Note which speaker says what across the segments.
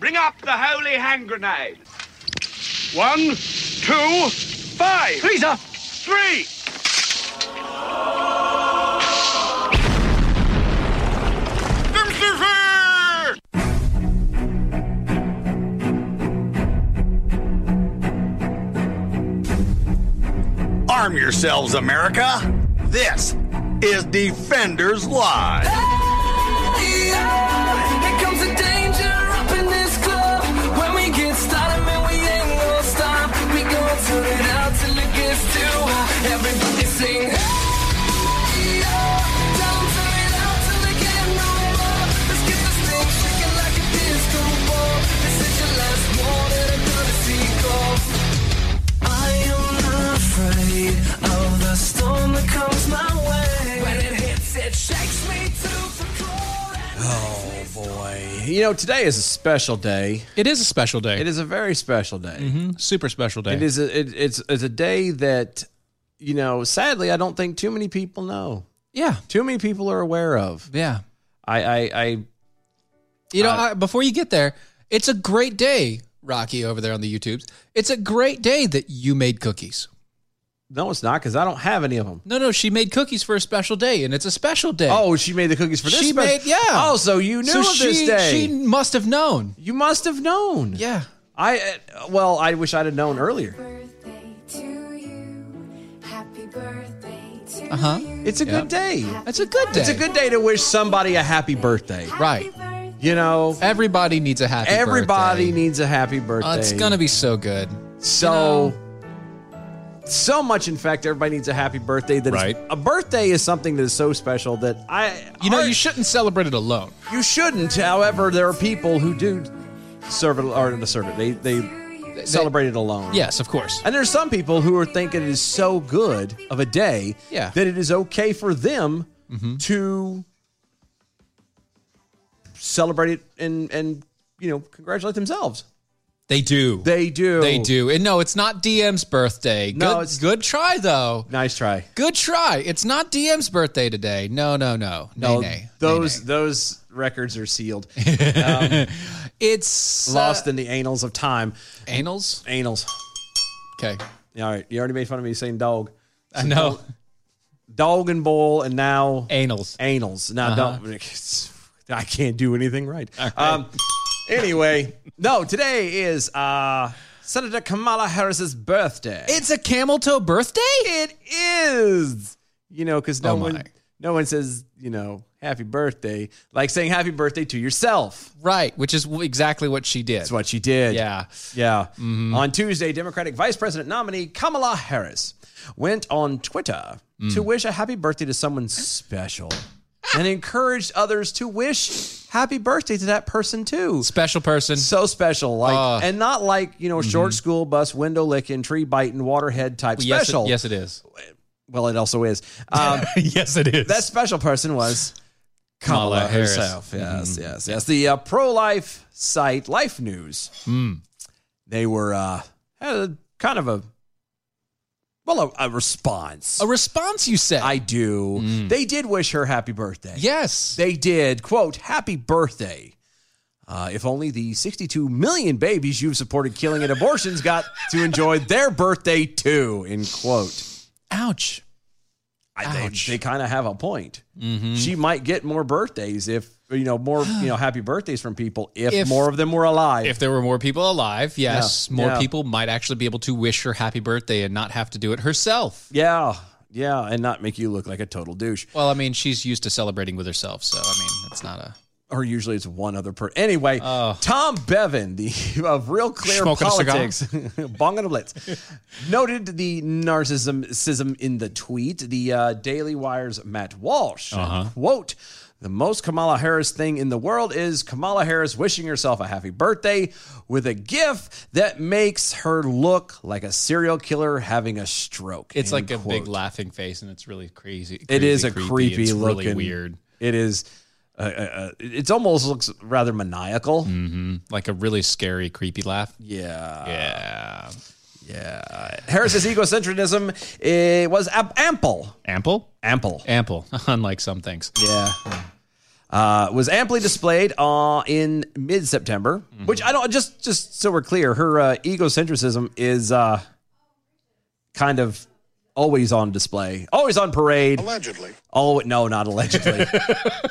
Speaker 1: Bring up the holy hand grenade. One, two, five. Please up. Three.
Speaker 2: Arm yourselves, America. This is Defenders Live.
Speaker 3: Here comes the danger up in this club. When we get started, man, we ain't gonna stop. We gonna turn it out till it gets too hot. Everybody sing. "Hey, yo." Don't turn it out till it can't no more. Let's get this thing shaking like a disco ball. This is your last warning, a courtesy call. I am not afraid of the storm that comes my way. When it hits, it shakes me to the core.
Speaker 4: Oh boy! You know today is a special day.
Speaker 5: It is a special day.
Speaker 4: It is a very special day.
Speaker 5: Mm-hmm. super special day.
Speaker 4: It is a, it, it's it's a day that you know. Sadly, I don't think too many people know.
Speaker 5: Yeah.
Speaker 4: Too many people are aware of.
Speaker 5: Yeah.
Speaker 4: I I, I
Speaker 5: You know,
Speaker 4: Uh,
Speaker 5: I, before you get there, it's a great day, Rocky over there on the YouTubes. It's a great day that you made cookies.
Speaker 4: no, it's not because I don't have any of them.
Speaker 5: No, no, she made cookies for a special day, and it's a special day.
Speaker 4: Oh, she made the cookies for this.
Speaker 5: She
Speaker 4: special-
Speaker 5: made- yeah.
Speaker 4: Oh, so you knew
Speaker 5: so
Speaker 4: of
Speaker 5: she,
Speaker 4: this day.
Speaker 5: she must have known.
Speaker 4: you must have known.
Speaker 5: Yeah.
Speaker 4: I uh, well, I wish I'd have known earlier.
Speaker 6: birthday to you. Happy birthday to
Speaker 5: Uh huh.
Speaker 4: It's a good day.
Speaker 5: That's a good day.
Speaker 4: It's a good day to wish somebody a happy birthday.
Speaker 5: Right.
Speaker 4: You know,
Speaker 5: Everybody needs a happy
Speaker 4: everybody
Speaker 5: birthday.
Speaker 4: needs a happy birthday.
Speaker 5: Oh, it's gonna be so good.
Speaker 4: so so much. In fact, everybody needs a happy birthday. That it's-
Speaker 5: Right.
Speaker 4: a birthday is something that is so special that I
Speaker 5: You know,
Speaker 4: I-
Speaker 5: you shouldn't celebrate it alone.
Speaker 4: you shouldn't. However, there are people who do serve it or not serve it. They they, celebrate it alone.
Speaker 5: Yes, of course.
Speaker 4: And there's some people who are thinking it is so good of a day
Speaker 5: Yeah. Mm-hmm.
Speaker 4: that it is okay for them to celebrate it and and you know congratulate themselves.
Speaker 5: They do.
Speaker 4: They do.
Speaker 5: They do. And no, it's not DM's birthday.
Speaker 4: No,
Speaker 5: good,
Speaker 4: it's-
Speaker 5: good try though.
Speaker 4: Nice try.
Speaker 5: Good try. It's not DM's birthday today. No, no, no. No,
Speaker 4: No,
Speaker 5: nay,
Speaker 4: those
Speaker 5: Nay,
Speaker 4: those records are sealed,
Speaker 5: nay. It's
Speaker 4: lost in the annals of time.
Speaker 5: uh, anals.
Speaker 4: Annals.
Speaker 5: Okay.
Speaker 4: All right, you already made fun of me saying dog,
Speaker 5: I know.
Speaker 4: dog and bowl, and now
Speaker 5: Anals.
Speaker 4: Anals. Now,
Speaker 5: Uh-huh.
Speaker 4: don't. I can't do anything right. Um, anyway, no. Today is uh, Senator Kamala Harris's birthday.
Speaker 5: It's a camel toe birthday?
Speaker 4: it is. You know, because no
Speaker 5: Oh,
Speaker 4: one,
Speaker 5: my.
Speaker 4: no one says you know happy birthday like saying happy birthday to yourself.
Speaker 5: Right, which is exactly what she did.
Speaker 4: That's what she did.
Speaker 5: Yeah. Mm-hmm.
Speaker 4: Yeah. On Tuesday, Democratic Vice President nominee Kamala Harris went on Twitter
Speaker 5: Mm.
Speaker 4: to wish a happy birthday to someone special and encouraged others to wish happy birthday to that person too.
Speaker 5: Special person.
Speaker 4: So special, like,
Speaker 5: Uh. Mm-hmm.
Speaker 4: and not like you know, short school bus, window licking, tree biting, waterhead type
Speaker 5: yes, it-
Speaker 4: special.
Speaker 5: yes, it is.
Speaker 4: Well, it also is. Um,
Speaker 5: yes, it is.
Speaker 4: that special person was Kamala,
Speaker 5: Kamala Harris. Mm-hmm.
Speaker 4: herself. Yes, yes, yes. The uh, pro-life site Life News.
Speaker 5: Hmm.
Speaker 4: They were uh, had a, kind of a well a, a response.
Speaker 5: a Hmm. response you said.
Speaker 4: I do. They did wish her happy birthday.
Speaker 5: yes.
Speaker 4: They did. Quote, happy birthday. Uh, if only the 62 million babies you've supported killing at abortions got to enjoy their birthday too, end quote.
Speaker 5: Ouch.
Speaker 4: I,
Speaker 5: Ouch. Mm-hmm.
Speaker 4: they they kind of have a point. She might get more birthdays if you know more you know happy birthdays from people if,
Speaker 5: If-
Speaker 4: more of them were alive.
Speaker 5: If there were more people alive, yes,
Speaker 4: Yeah,
Speaker 5: more
Speaker 4: yeah.
Speaker 5: people might actually be able to wish her happy birthday and not have to do it herself.
Speaker 4: yeah, yeah, and not make you look like a total douche.
Speaker 5: Well, I mean, she's used to celebrating with herself, so I mean, it's not a
Speaker 4: Or usually it's one other person. Anyway, Tom Bevan, the of Real Clear
Speaker 5: Oh. Smoking a cigar.
Speaker 4: Politics, Bong and a Blitz, noted the
Speaker 5: Uh-huh.
Speaker 4: narcissism in the tweet. The uh, Daily Wire's Matt Walsh quote. The most Kamala Harris thing in the world is Kamala Harris wishing herself a happy birthday with a gif that makes her look like a serial killer having a stroke.
Speaker 5: It's
Speaker 4: End
Speaker 5: like a big
Speaker 4: quote.
Speaker 5: laughing face, and it's really crazy.
Speaker 4: It
Speaker 5: crazy
Speaker 4: is a
Speaker 5: creepy.
Speaker 4: creepy
Speaker 5: it's
Speaker 4: looking.
Speaker 5: really weird,
Speaker 4: It is. Uh, uh, uh, it almost looks rather maniacal.
Speaker 5: like a really scary, creepy laugh.
Speaker 4: Yeah.
Speaker 5: Mm. Yeah,
Speaker 4: Yeah. Harris's egocentrism it was ap- ample.
Speaker 5: ample,
Speaker 4: Ample.
Speaker 5: ample. Unlike some things.
Speaker 4: Yeah. Uh, was amply displayed uh, in mid-September, which I don't. Just, just so we're clear, her uh, egocentrism is uh, kind of always on display, always on parade.
Speaker 7: Allegedly.
Speaker 4: Oh no, not allegedly,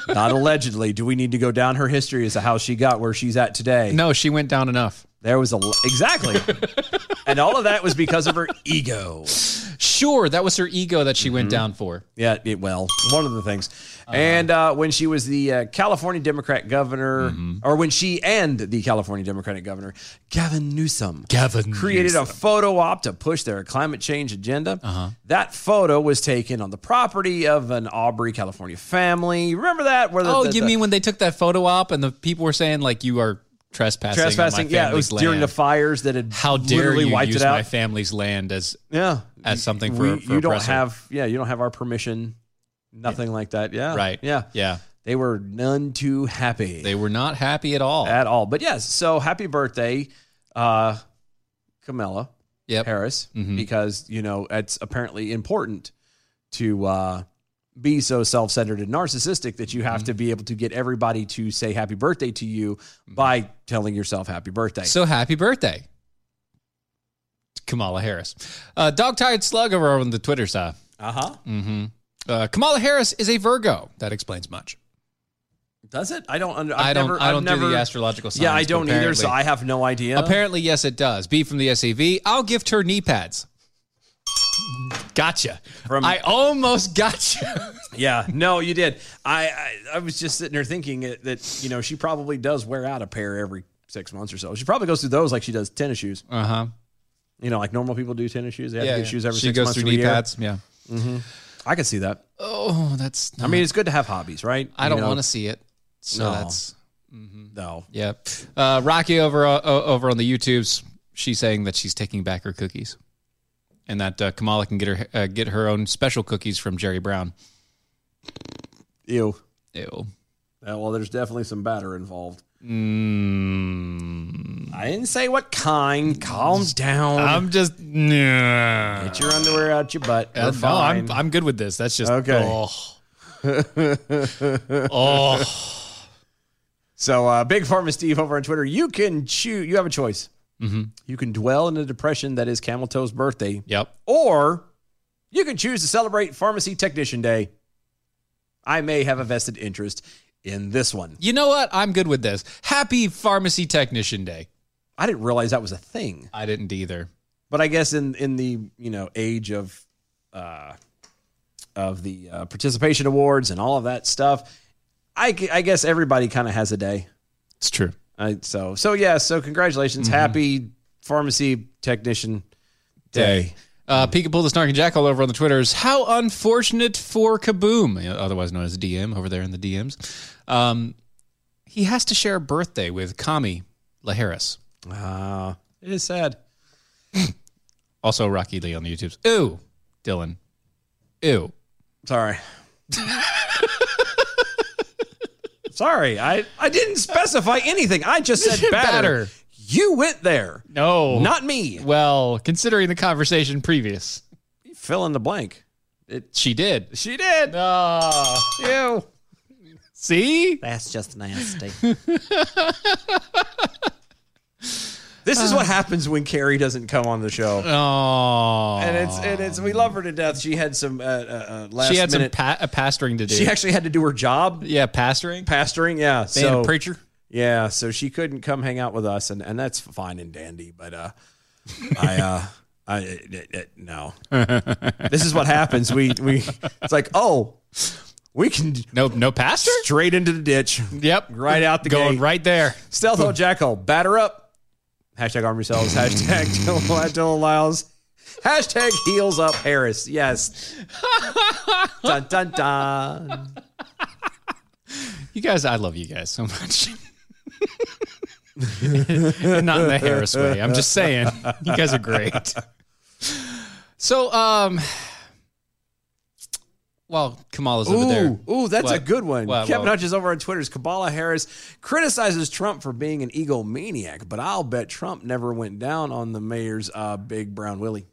Speaker 4: not allegedly. Do we need to go down her history as to how she got where she's at today?
Speaker 5: No, she went down enough.
Speaker 4: There was a exactly, and all of that was because of her ego.
Speaker 5: Sure, that was her ego that she
Speaker 4: Mm-hmm.
Speaker 5: went down for.
Speaker 4: Yeah, it, well, one of the things. And uh, when she was the uh, California Democrat governor,
Speaker 5: Mm-hmm.
Speaker 4: or when she and the California Democratic governor, Gavin Newsom,
Speaker 5: Gavin
Speaker 4: created a photo op to push their climate change agenda.
Speaker 5: Uh-huh.
Speaker 4: That photo was taken on the property of an Aubrey, California family. Remember that? Where the-
Speaker 5: Oh,
Speaker 4: the-
Speaker 5: you
Speaker 4: the-
Speaker 5: mean when they took that photo op and the people were saying like you are trespassing? on my
Speaker 4: trespassing? Yeah, it
Speaker 5: family's
Speaker 4: was during the
Speaker 5: land.
Speaker 4: fires that had
Speaker 5: How dare
Speaker 4: literally
Speaker 5: you
Speaker 4: wiped
Speaker 5: use
Speaker 4: it out.
Speaker 5: my family's land as
Speaker 4: yeah,
Speaker 5: as something for,
Speaker 4: We-
Speaker 5: for
Speaker 4: you don't
Speaker 5: oppressor.
Speaker 4: have. Yeah, you don't have our permission. Nothing like that. Yeah,
Speaker 5: right?
Speaker 4: Yeah,
Speaker 5: yeah.
Speaker 4: They were none too happy.
Speaker 5: They were not happy at all.
Speaker 4: at all. But yes, so happy birthday, uh, Camilla
Speaker 5: yep. Mm-hmm.
Speaker 4: Harris, because you know it's apparently important to uh, be so self-centered and narcissistic that you have
Speaker 5: Mm-hmm.
Speaker 4: to be able to get everybody to say happy birthday to you by telling yourself happy birthday.
Speaker 5: Mm-hmm. So happy birthday, Kamala Harris. Uh, Dog tired slug over on the Twitter side.
Speaker 4: uh huh.
Speaker 5: Uh, Kamala Harris is a Virgo. That explains much.
Speaker 4: Does it? I don't. Under, I've
Speaker 5: I've I do not
Speaker 4: Never,
Speaker 5: I
Speaker 4: I've
Speaker 5: don't do
Speaker 4: never-
Speaker 5: the astrological signs.
Speaker 4: Yeah, I
Speaker 5: but
Speaker 4: don't either. So
Speaker 5: apparently-
Speaker 4: I have no idea.
Speaker 5: Apparently, yes, it does. B from the SAV. I'll gift her knee pads. Gotcha.
Speaker 4: From-
Speaker 5: I almost gotcha.
Speaker 4: Yeah, no, you did. I, I I was just sitting there thinking it, that you know she probably does wear out a pair every six months or so. She probably goes through those like she does tennis shoes.
Speaker 5: Uh huh.
Speaker 4: You know, like normal people do tennis shoes. They have to get shoes every
Speaker 5: she
Speaker 4: six
Speaker 5: goes
Speaker 4: months to
Speaker 5: through
Speaker 4: a
Speaker 5: knee
Speaker 4: year.
Speaker 5: pads. Yeah.
Speaker 4: I can see that.
Speaker 5: Oh, that's.
Speaker 4: I mean, it's good to have hobbies, right?
Speaker 5: I don't want to see it. So
Speaker 4: No.
Speaker 5: that's
Speaker 4: to. No.
Speaker 5: yeah. Uh, Rocky over uh, o- over on the YouTubes. She's saying that she's taking back her cookies, and that uh, Kamala can get her uh, get her own special cookies from Jerry Brown.
Speaker 4: Ew.
Speaker 5: Ew.
Speaker 4: Uh, well, there's definitely some batter involved.
Speaker 5: Mm.
Speaker 4: I didn't say what kind. Calm down.
Speaker 5: I'm just no.
Speaker 4: Get your underwear out your butt. We're
Speaker 5: Uh, no,
Speaker 4: fine.
Speaker 5: I'm I'm good with this. That's just
Speaker 4: Okay.
Speaker 5: Oh. oh.
Speaker 4: So, uh, Big Pharma Steve over on Twitter, you can choose. You have a choice.
Speaker 5: Mm-hmm.
Speaker 4: You can dwell in the depression that is Camel Toe's birthday,
Speaker 5: Yep.
Speaker 4: or you can choose to celebrate Pharmacy Technician Day. I may have a vested interest in this one.
Speaker 5: You know what? I'm good with this. Happy Pharmacy Technician Day.
Speaker 4: I didn't realize that was a thing,
Speaker 5: I didn't either.
Speaker 4: but I guess in in the you know age of uh, of the uh, participation awards and all of that stuff, I, g- I guess everybody kind of has a day.
Speaker 5: It's true.
Speaker 4: I, so so yeah. So congratulations, happy pharmacy technician day.
Speaker 5: Day. Uh, Pika pull the snark and jack all over on the Twitters. How unfortunate for Kaboom, otherwise known as DM over there in the DMs. Um, he has to share a birthday with Kami LaHarris.
Speaker 4: Uh, it is sad.
Speaker 5: Also Rocky Lee on the YouTubes. Ooh, Dylan. Ooh.
Speaker 4: Sorry. Sorry, I, I didn't specify anything. I just said batter.
Speaker 5: Batter.
Speaker 4: You went there,
Speaker 5: No.
Speaker 4: not me.
Speaker 5: well, considering the conversation previous.
Speaker 4: Fill in the blank.
Speaker 5: She did.
Speaker 4: She did. Ah.
Speaker 5: Uh,
Speaker 4: You.
Speaker 5: see?
Speaker 4: That's just nasty. this is what happens when Carrie doesn't come on the show.
Speaker 5: Oh.
Speaker 4: And it's and it's we love her to death. She had some uh, uh, uh, last
Speaker 5: she had
Speaker 4: minute.
Speaker 5: some pa- uh, pastoring to do.
Speaker 4: she actually had to do her job,
Speaker 5: yeah, pastoring.
Speaker 4: pastoring. Yeah,
Speaker 5: Being
Speaker 4: so
Speaker 5: a preacher.
Speaker 4: Yeah, so she couldn't come hang out with us, and, and that's fine and dandy. But uh, I, uh, I it, it, no, this is what happens. We we it's like oh, we can
Speaker 5: No, no pastor.
Speaker 4: straight into the ditch.
Speaker 5: Yep,
Speaker 4: Right out the
Speaker 5: going
Speaker 4: gate.
Speaker 5: right there.
Speaker 4: Stealth old jackal, batter up. Hashtag arm yourselves. Hashtag Dylan Lyles. Hashtag heels up Harris. Yes. dun dun dun.
Speaker 5: You guys, I love you guys so much. And not in the Harris way. I'm just saying, you guys are great. So, um, well, Kamala's over there.
Speaker 4: Ooh, ooh, that's a
Speaker 5: What?
Speaker 4: good one.
Speaker 5: What,
Speaker 4: Kevin
Speaker 5: what?
Speaker 4: Hutchins over on Twitter's Kabbalah Harris criticizes Trump for being an egomaniac, but I'll bet Trump never went down on the mayor's uh, big brown willie.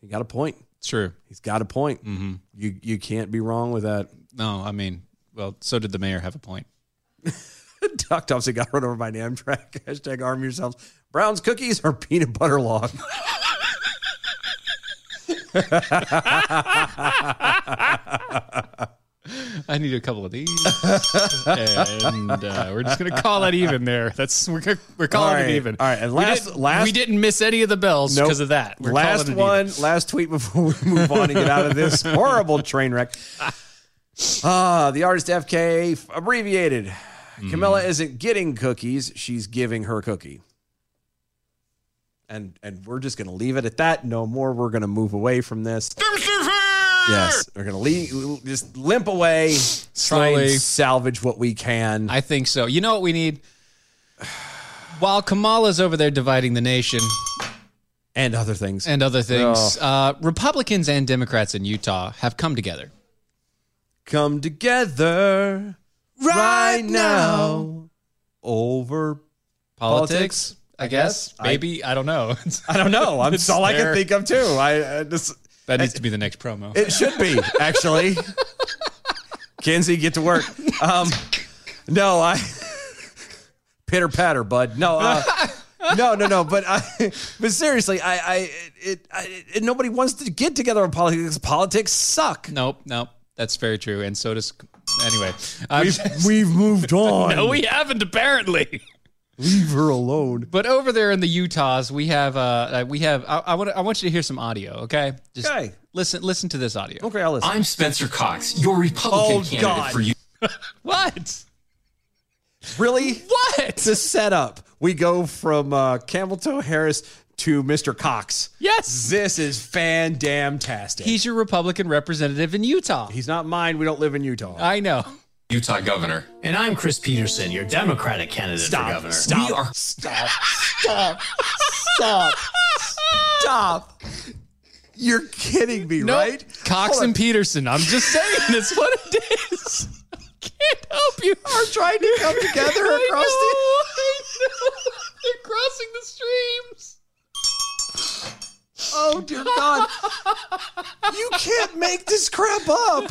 Speaker 4: He got a point.
Speaker 5: True.
Speaker 4: He's got a point.
Speaker 5: Mm-hmm.
Speaker 4: You you can't be wrong with that.
Speaker 5: No, I mean, well, so did the mayor have a point?
Speaker 4: Duck Thompson got run over by an Amtrak. Hashtag arm yourselves. Brown's cookies or peanut butter log.
Speaker 5: I need a couple of these, and uh, we're just gonna call it even there. That's we're gonna- we're calling
Speaker 4: All right,
Speaker 5: it even.
Speaker 4: all right, and
Speaker 5: We
Speaker 4: last-
Speaker 5: didn't-
Speaker 4: last-
Speaker 5: we didn't miss any of the bells
Speaker 4: Nope.
Speaker 5: because of that. We're
Speaker 4: last
Speaker 5: calling it
Speaker 4: one,
Speaker 5: even.
Speaker 4: last tweet before we move on and get out of this horrible train wreck. Ah, the artist FK abbreviated.
Speaker 5: Hmm.
Speaker 4: Camilla isn't getting cookies; she's giving her cookie. And and we're just gonna leave it at that. No more. We're gonna move away from this. Yes, we're gonna leave, just limp away, try and
Speaker 5: Slowly.
Speaker 4: salvage what we can.
Speaker 5: I think so. You know what we need? While Kamala's over there dividing the nation
Speaker 4: and other things.
Speaker 5: and other
Speaker 4: Oh.
Speaker 5: things, uh, Republicans and Democrats in Utah have come together.
Speaker 4: come together right, now over Politics,
Speaker 5: I guess. Maybe I, don't know.
Speaker 4: I don't know. I'm
Speaker 5: It's
Speaker 4: all I can
Speaker 5: there.
Speaker 4: think of too. I, I just
Speaker 5: that needs to be the next promo.
Speaker 4: it should be actually. Kinsey, get to work. Um, no, I pitter patter, bud. No, uh, no, no, no. But I, but seriously, I, I, it, I, it, nobody wants to get together on politics. Politics suck.
Speaker 5: nope, nope. That's very true. And so does. Anyway, Um, I'm-
Speaker 4: We've moved on.
Speaker 5: no, we haven't apparently.
Speaker 4: Leave her alone.
Speaker 5: But over there in the Utahs, we have uh, uh we have. I, I want I want you to hear some audio. Okay, just
Speaker 4: Okay.
Speaker 5: listen listen to this audio.
Speaker 4: Okay, I'll listen.
Speaker 7: I'm Spencer Cox, your Republican
Speaker 4: Oh,
Speaker 7: candidate
Speaker 4: God.
Speaker 7: for you.
Speaker 5: What?
Speaker 4: Really?
Speaker 5: What?
Speaker 4: It's a setup. We go from uh, Camel Toe Harris to Mr. Cox.
Speaker 5: Yes.
Speaker 4: This is fan damn tastic.
Speaker 5: He's your Republican representative in Utah.
Speaker 4: He's not mine. We don't live in Utah.
Speaker 5: I know.
Speaker 7: Utah governor.
Speaker 8: And I'm Chris Peterson, your Democratic candidate for governor.
Speaker 7: We are
Speaker 4: Stop. Stop. Stop. Stop. You're kidding me,
Speaker 5: Nope.
Speaker 4: right?
Speaker 5: Cox
Speaker 4: Hold on.
Speaker 5: and Peterson. I'm just saying that's what it is. Can't help you. Are
Speaker 4: trying to come together across the-
Speaker 5: They're crossing the streams.
Speaker 4: Oh dear God! you can't make this crap up.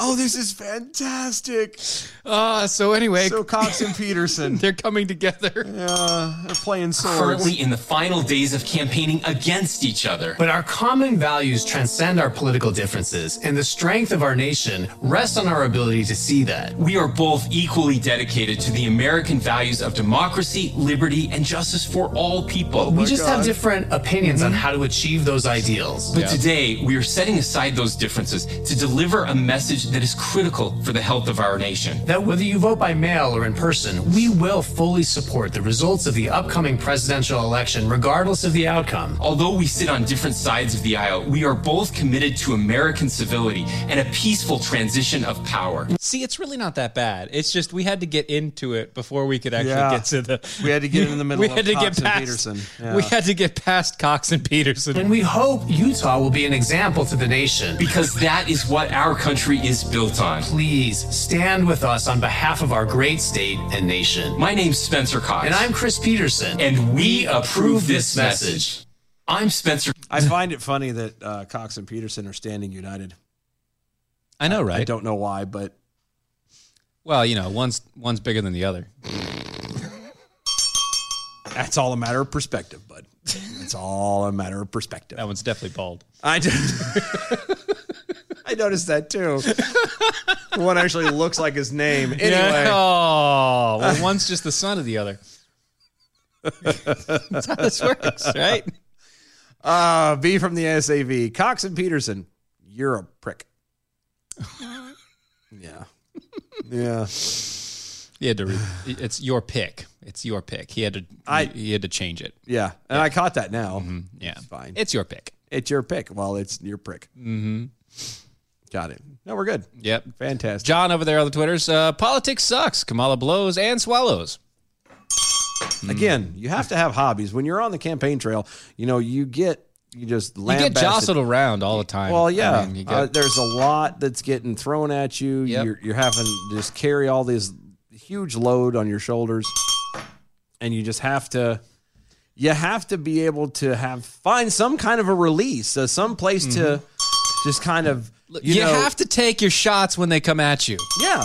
Speaker 4: Oh, this is fantastic.
Speaker 5: Uh, so anyway,
Speaker 4: So Cox and Peterson,
Speaker 5: they're coming together.
Speaker 4: uh, they're playing swords.
Speaker 7: currently in the final days of campaigning against each other.
Speaker 8: But our common values transcend our political differences, and the strength of our nation rests on our ability to see that.
Speaker 7: We are both equally dedicated to the American values of democracy, liberty, and justice for all people.
Speaker 8: We just have different opinions
Speaker 4: Mm-hmm.
Speaker 8: on how to achieve those ideals.
Speaker 7: But today, we are setting aside those differences to deliver a message that is critical for the health of our nation.
Speaker 8: that whether you vote by mail or in person, we will fully support the results of the upcoming presidential election, regardless of the outcome.
Speaker 7: Although we sit on different sides of the aisle, we are both committed to American civility and a peaceful transition of power.
Speaker 5: See, it's really not that bad. It's just we had to get into it before we could actually
Speaker 4: Yeah.
Speaker 5: get to the.
Speaker 4: We had to get in the middle
Speaker 5: we
Speaker 4: of
Speaker 5: had to
Speaker 4: Cox
Speaker 5: get
Speaker 4: and
Speaker 5: past,
Speaker 4: Peterson. Yeah.
Speaker 5: We had to get past Cox and Peterson.
Speaker 8: And we hope Utah will be an example to the nation.
Speaker 7: Because that is what our country is built on.
Speaker 8: Please stand with us on behalf of our great state and nation.
Speaker 7: My name's Spencer Cox.
Speaker 8: And I'm Chris Peterson.
Speaker 7: and we approve this message. I'm Spencer.
Speaker 4: I find it funny that uh, Cox and Peterson are standing united.
Speaker 5: I know, right?
Speaker 4: I don't know why, but
Speaker 5: Well, you know, one's one's bigger than the other.
Speaker 4: that's all a matter of perspective, bud. It's all a matter of perspective.
Speaker 5: That one's definitely bald.
Speaker 4: I did. I noticed that too. The one actually looks like his name. Anyway,
Speaker 5: Yeah. Oh, well, one's just the son of the other. That's how this works, right?
Speaker 4: uh, B from the SAV. Cox and Peterson, you're a prick. yeah. Yeah.
Speaker 5: He had to. Re- it's your pick. It's your pick. He had to.
Speaker 4: I-
Speaker 5: he had to change it.
Speaker 4: Yeah. And I caught that now.
Speaker 5: Yeah,
Speaker 4: fine.
Speaker 5: It's your pick.
Speaker 4: It's your pick. Well, it's your prick. Mm-hmm. Got it. No, we're good.
Speaker 5: Yep.
Speaker 4: Fantastic.
Speaker 5: John over there on the Twitters. Uh, Politics sucks. Kamala blows and swallows.
Speaker 4: Again, you have to have hobbies. When you're on the campaign trail, you know you get you just
Speaker 5: You get
Speaker 4: lambasted.
Speaker 5: jostled around all the time.
Speaker 4: Well, yeah,
Speaker 5: I mean, you get-
Speaker 4: uh, there's a lot that's getting thrown at you. You're, you're having to just carry all this huge load on your shoulders, and you just have to. You have to be able to have find some kind of a release, uh, some place to just kind of
Speaker 5: Mm-hmm. you,
Speaker 4: you, know,
Speaker 5: have to take your shots when they come at you.
Speaker 4: yeah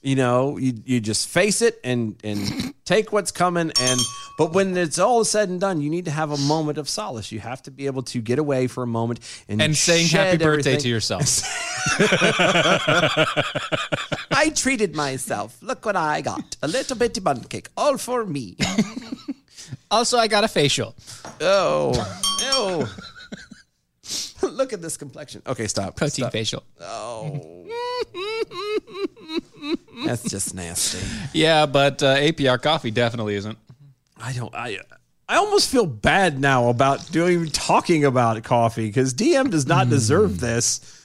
Speaker 4: you know you, you just face it and and take what's coming and but when it's all said and done you need to have a moment of solace you have to be able to get away for a moment and
Speaker 5: And saying happy
Speaker 4: shed
Speaker 5: birthday to
Speaker 4: everything.
Speaker 5: yourself.
Speaker 4: i treated myself look what i got a little bitty bun cake all for me
Speaker 5: also, I got a facial.
Speaker 4: oh oh look at this complexion okay stop
Speaker 5: Protein
Speaker 4: stop.
Speaker 5: facial.
Speaker 4: oh that's just nasty
Speaker 5: Yeah, but uh, APR coffee definitely isn't.
Speaker 4: I don't. I I almost feel bad now about doing talking about coffee because DM does not
Speaker 5: Hmm.
Speaker 4: deserve this.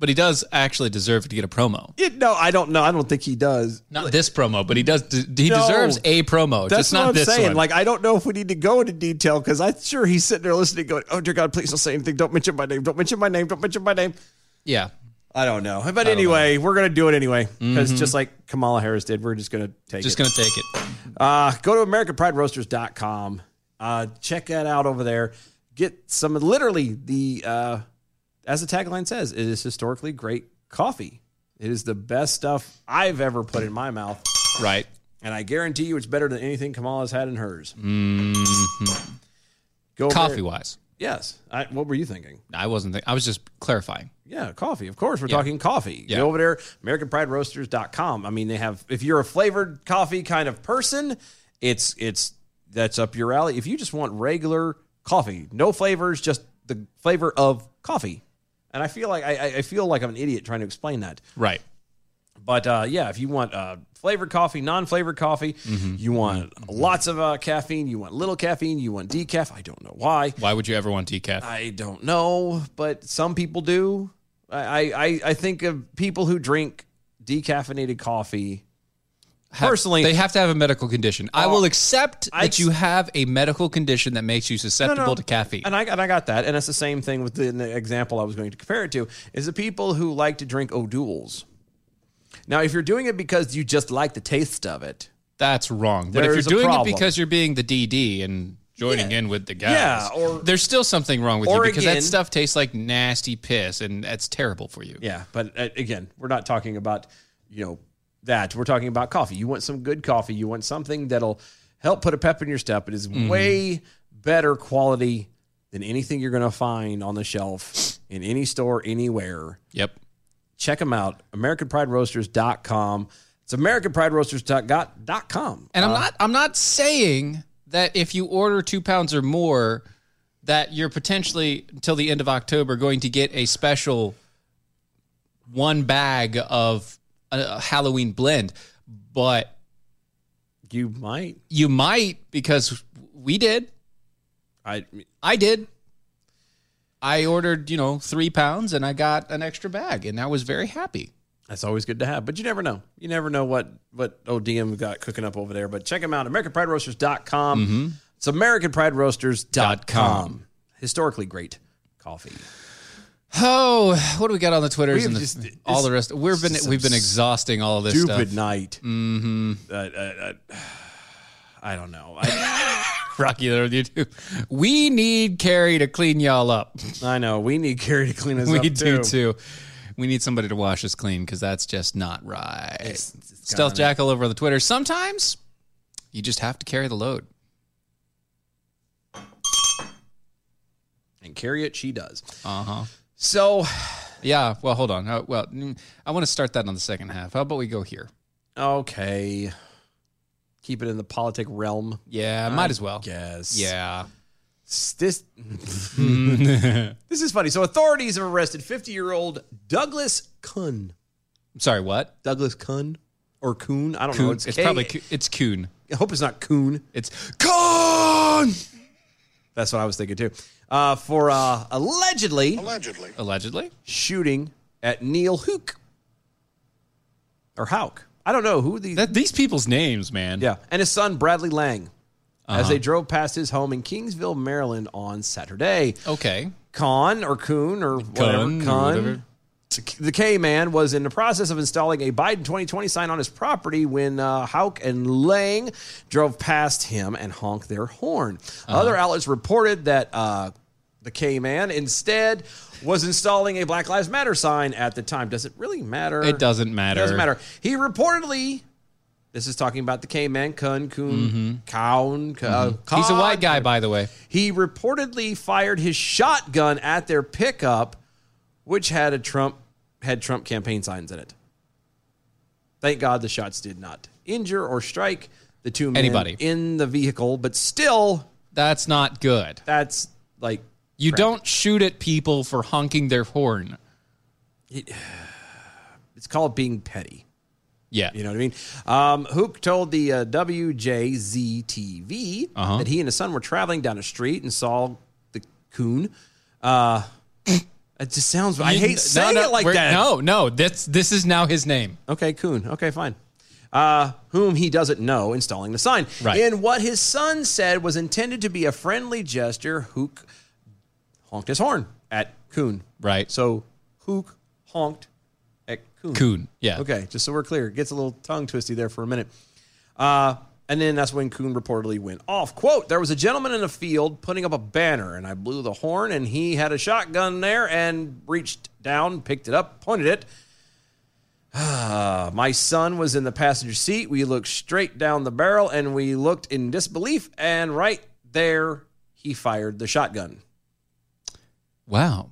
Speaker 5: But he does actually deserve to get a promo.
Speaker 4: It, no, I don't know. I don't think he does.
Speaker 5: Not this promo, but he does. He
Speaker 4: No.
Speaker 5: deserves a promo.
Speaker 4: That's
Speaker 5: just not
Speaker 4: what I'm
Speaker 5: this
Speaker 4: saying.
Speaker 5: one.
Speaker 4: Like, I don't know if we need to go into detail because I'm sure he's sitting there listening, going, "Oh dear God, please don't say anything. Don't mention my name. Don't mention my name. Don't mention my name."
Speaker 5: yeah.
Speaker 4: I don't know. But anyway, we're gonna do it anyway because just like Kamala Harris did, we're just gonna take
Speaker 5: Just
Speaker 4: it.
Speaker 5: going to take it.
Speaker 4: Uh, go to AmericanPrideRoasters.com. Uh, check that out over there. Get some, literally, the, uh, as the tagline says, it is historically great coffee. It is the best stuff I've ever put in my mouth.
Speaker 5: Right.
Speaker 4: And I guarantee you it's better than anything Kamala's had in hers.
Speaker 5: Mm-hmm.
Speaker 4: Go over there-
Speaker 5: Mm. Coffee wise.
Speaker 4: Yes. I, what were you thinking?
Speaker 5: I wasn't. Think- I was just clarifying.
Speaker 4: Yeah, coffee. Of course, we're talking coffee. Go over there, AmericanPrideRoasters.com. I mean, they have. If you're a flavored coffee kind of person, it's it's that's up your alley. If you just want regular coffee, no flavors, just the flavor of coffee. And I feel like I, I- I feel like I'm an idiot trying to explain that.
Speaker 5: Right.
Speaker 4: But uh, yeah, if you want uh, flavored coffee, non-flavored coffee,
Speaker 5: Mm-hmm.
Speaker 4: you want lots of uh, caffeine, you want little caffeine, you want decaf. I don't know why.
Speaker 5: Why would you ever want decaf?
Speaker 4: I don't know, but some people do. I I, I- I think of people who drink decaffeinated coffee.
Speaker 5: Have-
Speaker 4: Personally, Oh,
Speaker 5: they have to have a medical condition. I will accept
Speaker 4: I-
Speaker 5: that you have a medical condition that makes you susceptible to caffeine.
Speaker 4: and I and I got that, and it's the same thing with the, the example I was going to compare it to is the people who like to drink O'Douls. Now, if you're doing it because you just like the taste of it,
Speaker 5: That's wrong. But if
Speaker 4: There's a
Speaker 5: you're doing it
Speaker 4: problem.
Speaker 5: because you're being the DD and joining in with the guys,
Speaker 4: Yeah, or-
Speaker 5: there's still something wrong with you
Speaker 4: Or
Speaker 5: because that
Speaker 4: again-
Speaker 5: stuff tastes like nasty piss, and that's terrible for you.
Speaker 4: yeah. But uh, again, we're not talking about you know that. We're talking about coffee. You want some good coffee. You want something that'll help put a pep in your step. It is way better quality than anything you're going to find on the shelf in any store anywhere.
Speaker 5: Yep.
Speaker 4: Check them out. AmericanPrideRoasters.com. It's AmericanPrideRoasters.com.
Speaker 5: And I'm not I'm not saying that if you order two pounds or more, that you're potentially until the end of October going to get a special one bag of a- a Halloween blend, but
Speaker 4: You might.
Speaker 5: you might because we did.
Speaker 4: I.
Speaker 5: I did. I ordered, you know, three pounds and I got an extra bag, and I was very happy.
Speaker 4: That's always good to have, but you never know. You never know what what ODM got cooking up over there. But check them out. AmericanPrideRoasters.com.
Speaker 5: Mm-hmm.
Speaker 4: It's AmericanPrideRoasters.com. Historically great coffee.
Speaker 5: Oh, what do we got on the Twitters
Speaker 4: We've
Speaker 5: and the,
Speaker 4: just- it's
Speaker 5: all the rest? We've been we've been exhausting all this
Speaker 4: Stupid
Speaker 5: stuff.
Speaker 4: night. Mm-hmm. I, I, I, I don't know. I,
Speaker 5: Rocky there with you too. We need Carrie to clean y'all up.
Speaker 4: I know. We need Carrie to clean us
Speaker 5: we
Speaker 4: up.
Speaker 5: do
Speaker 4: too.
Speaker 5: too. We need somebody to wash us clean because that's just not right.
Speaker 4: it's
Speaker 5: Stealth
Speaker 4: gone.
Speaker 5: Jackal over on the Twitter. Sometimes you just have to carry the load.
Speaker 4: And carry it, she does.
Speaker 5: Uh huh.
Speaker 4: So,
Speaker 5: Yeah. Well, hold on. Uh, well, mm, I want to start that on the second half. How about we go here?
Speaker 4: okay. Keep it in the politic realm.
Speaker 5: Yeah, might as well.
Speaker 4: Yes.
Speaker 5: Yeah.
Speaker 4: This this is funny. So authorities have arrested 50 year old Douglas Kuhn.
Speaker 5: I'm sorry. What?
Speaker 4: Douglas Kuhn or Kuhn? I don't know.
Speaker 5: Coon.
Speaker 4: It's,
Speaker 5: It's, probably
Speaker 4: K-
Speaker 5: Coon. it's Coon.
Speaker 4: I hope it's not Kuhn.
Speaker 5: It's Coon.
Speaker 4: That's what I was thinking too. Uh, for uh, allegedly
Speaker 5: Allegedly.
Speaker 4: shooting at Neil Hook or Hauk. I don't know who the
Speaker 5: these people's names, man.
Speaker 4: Yeah, and his son Bradley Lang, as
Speaker 5: Uh-huh.
Speaker 4: they drove past his home in Kingsville, Maryland, on Saturday. Okay, Con or Coon or
Speaker 5: Kun
Speaker 4: whatever
Speaker 5: or
Speaker 4: Con.
Speaker 5: whatever.
Speaker 4: The K man was in the process of installing a Biden 2020 sign on his property when uh, Hauk and Lang drove past him and honked their horn.
Speaker 5: Uh-huh.
Speaker 4: Other outlets reported that uh, the K man instead was installing a Black Lives Matter sign at the time. Does it really matter?
Speaker 5: It doesn't matter.
Speaker 4: Doesn't matter. He reportedly, this is talking about the K-Man Kun Kun Kaun. Ka-
Speaker 5: Mhm. Mm-hmm. He's a white
Speaker 4: guy, by the way. He reportedly fired his shotgun at their pickup, which had a Trump had Trump campaign signs in it. Thank God the shots did not injure or strike the two men
Speaker 5: Anybody.
Speaker 4: in the vehicle, but still,
Speaker 5: that's not good.
Speaker 4: That's like
Speaker 5: you
Speaker 4: crappy.
Speaker 5: don't shoot at people for honking their horn.
Speaker 4: It's called being petty.
Speaker 5: Yeah.
Speaker 4: You know what I mean? Um, Hook told the uh, WJZTV
Speaker 5: Uh-huh.
Speaker 4: that he and his son were traveling down a street and saw the coon. Uh, it just sounds, I
Speaker 5: You-
Speaker 4: hate
Speaker 5: no,
Speaker 4: saying
Speaker 5: no,
Speaker 4: it like
Speaker 5: we're-
Speaker 4: that.
Speaker 5: No, no, that's this is now his name.
Speaker 4: Okay, Coon. Okay, fine. Uh, whom he doesn't know installing the sign.
Speaker 5: Right.
Speaker 4: In what his son said was intended to be a friendly gesture, Hook honked his horn at Coon. Right. So Hook honked at Coon.
Speaker 5: Coon, yeah.
Speaker 4: Okay, just so we're clear. It gets a little tongue twisty there for a minute. Uh, and then that's when Kuhn reportedly went off. Quote, there was a gentleman in the field putting up a banner, and I blew the horn, and he had a shotgun there and reached down, picked it up, pointed it. Ah, My son was in the passenger seat. We looked straight down the barrel and we looked in disbelief, and right there, he fired the shotgun.
Speaker 5: Wow.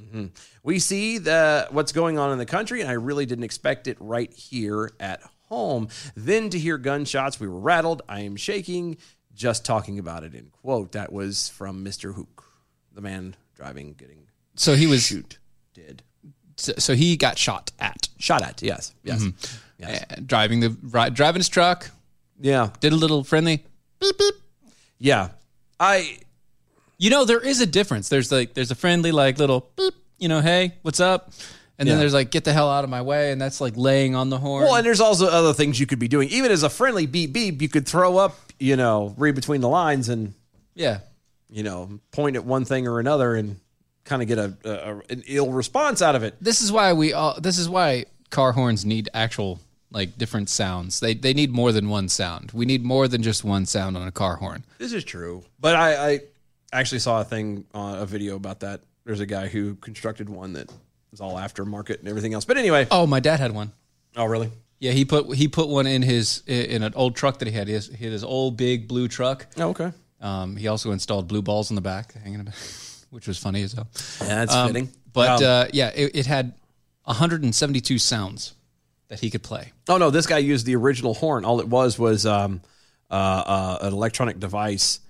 Speaker 4: Mhm. We see the what's going on in the country, and I really didn't expect it right here at home. Then to hear gunshots, we were rattled. I am shaking just talking about it. In quote, that was from Mister Hook, the man driving, getting
Speaker 5: So he was
Speaker 4: shoot dead.
Speaker 5: So, so he got shot at.
Speaker 4: Shot at. Yes. Yes.
Speaker 5: Uh, driving the ri- driving his truck.
Speaker 4: Yeah.
Speaker 5: Did a little friendly.
Speaker 4: Yeah. I.
Speaker 5: You know there is a difference. There's like there's a friendly like little beep. You know, hey, what's up? And
Speaker 4: Yeah.
Speaker 5: then there's like get the hell out of my way, and that's like laying on the horn.
Speaker 4: Well, and there's also other things you could be doing. Even as a friendly beep beep, you could throw up, you know, read between the lines and
Speaker 5: yeah,
Speaker 4: you know, point at one thing or another and kind of get a, a an ill response out of it.
Speaker 5: this is why we all. This is why car horns need actual like different sounds. They they need more than one sound. We need more than just one sound on a car horn.
Speaker 4: This is true. But I, I actually saw a thing on a video about that. There's a guy who constructed one that was all aftermarket and everything else. But anyway,
Speaker 5: Oh, my dad had one.
Speaker 4: oh really?
Speaker 5: Yeah, he put he put one in his in an old truck that he had. He has, he had his old big blue truck.
Speaker 4: Oh, okay.
Speaker 5: Um, he also installed blue balls in the back, hanging about, which was funny as hell.
Speaker 4: Yeah, that's
Speaker 5: Um,
Speaker 4: fitting.
Speaker 5: But
Speaker 4: Um,
Speaker 5: uh, yeah, it, it had 172 sounds that he could play.
Speaker 4: Oh no, this guy used the original horn. All it was was um, uh, uh, an electronic device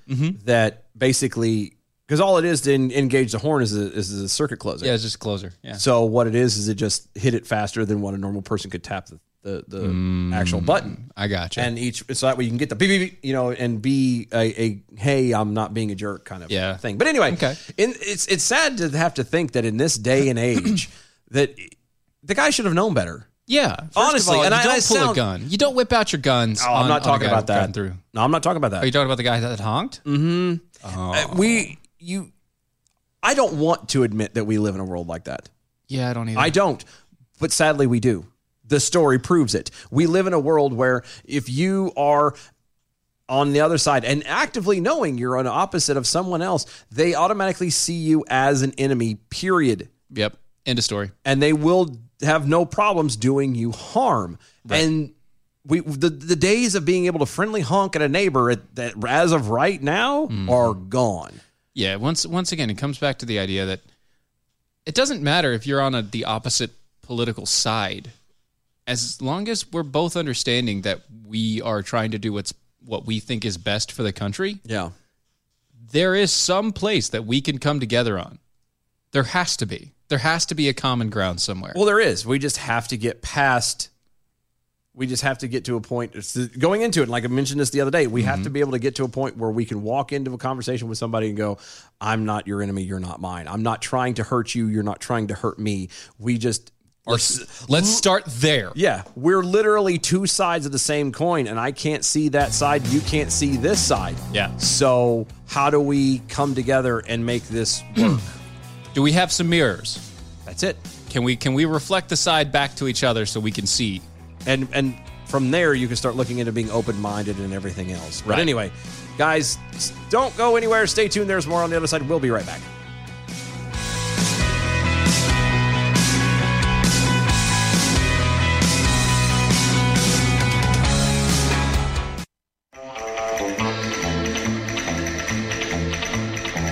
Speaker 4: that basically because all it is to en- engage the horn is a, is a circuit closer.
Speaker 5: Yeah, it's just a closer. Yeah.
Speaker 4: So what it is is it just hit it faster than what a normal person could tap the the, the actual button.
Speaker 5: I got you.
Speaker 4: And each so that way you can get the beep, beep, beep, you know, and be a, a hey, I'm not being a jerk kind of
Speaker 5: Yeah.
Speaker 4: thing. But anyway, in, it's it's sad to have to think that in this day and age that the guy should have known better.
Speaker 5: yeah, first of
Speaker 4: Honestly,
Speaker 5: all,
Speaker 4: and
Speaker 5: you
Speaker 4: I-
Speaker 5: don't
Speaker 4: I
Speaker 5: pull a
Speaker 4: sound-
Speaker 5: gun. You don't whip out your guns.
Speaker 4: Oh, I'm
Speaker 5: on-
Speaker 4: not
Speaker 5: on a
Speaker 4: talking
Speaker 5: guy
Speaker 4: about
Speaker 5: driving
Speaker 4: that.
Speaker 5: Through.
Speaker 4: No, I'm not talking about that.
Speaker 5: Are you talking about the guy that honked?
Speaker 4: Mm-hmm.
Speaker 5: Oh.
Speaker 4: we you, I don't want to admit that we live in a world like that.
Speaker 5: yeah, I don't either.
Speaker 4: I don't. But sadly, we do. The story proves it. We live in a world where if you are on the other side and actively knowing you're on the opposite of someone else, they automatically see you as an enemy, period.
Speaker 5: Yep. End of story.
Speaker 4: And they will have no problems doing you harm. And we the, the days of being able to friendly honk at a neighbor at, that as of right now are gone.
Speaker 5: Yeah, once once again, it comes back to the idea that it doesn't matter if you're on a, the opposite political side, as long as we're both understanding that we are trying to do what's what we think is best for the country.
Speaker 4: Yeah,
Speaker 5: there is some place that we can come together on. There has to be. There has to be a common ground somewhere.
Speaker 4: Well, there is. We just have to get past. We just have to get to a point. it's the- Going into it, like I mentioned this the other day, we have to be able to get to a point where we can walk into a conversation with somebody and go, "I'm not your enemy. You're not mine. I'm not trying to hurt you. You're not trying to hurt me. We just
Speaker 5: Let's, let's start there.
Speaker 4: Yeah, we're literally two sides of the same coin, and I can't see that side. You can't see this side.
Speaker 5: Yeah.
Speaker 4: So how do we come together and make this work?
Speaker 5: Do we have some mirrors?
Speaker 4: That's it.
Speaker 5: Can we can we reflect the side back to each other so we can see?
Speaker 4: And and from there you can start looking into being open minded and everything else. But
Speaker 5: Right.
Speaker 4: anyway, guys, s- don't go anywhere. Stay tuned. There's more on the other side. We'll be right back.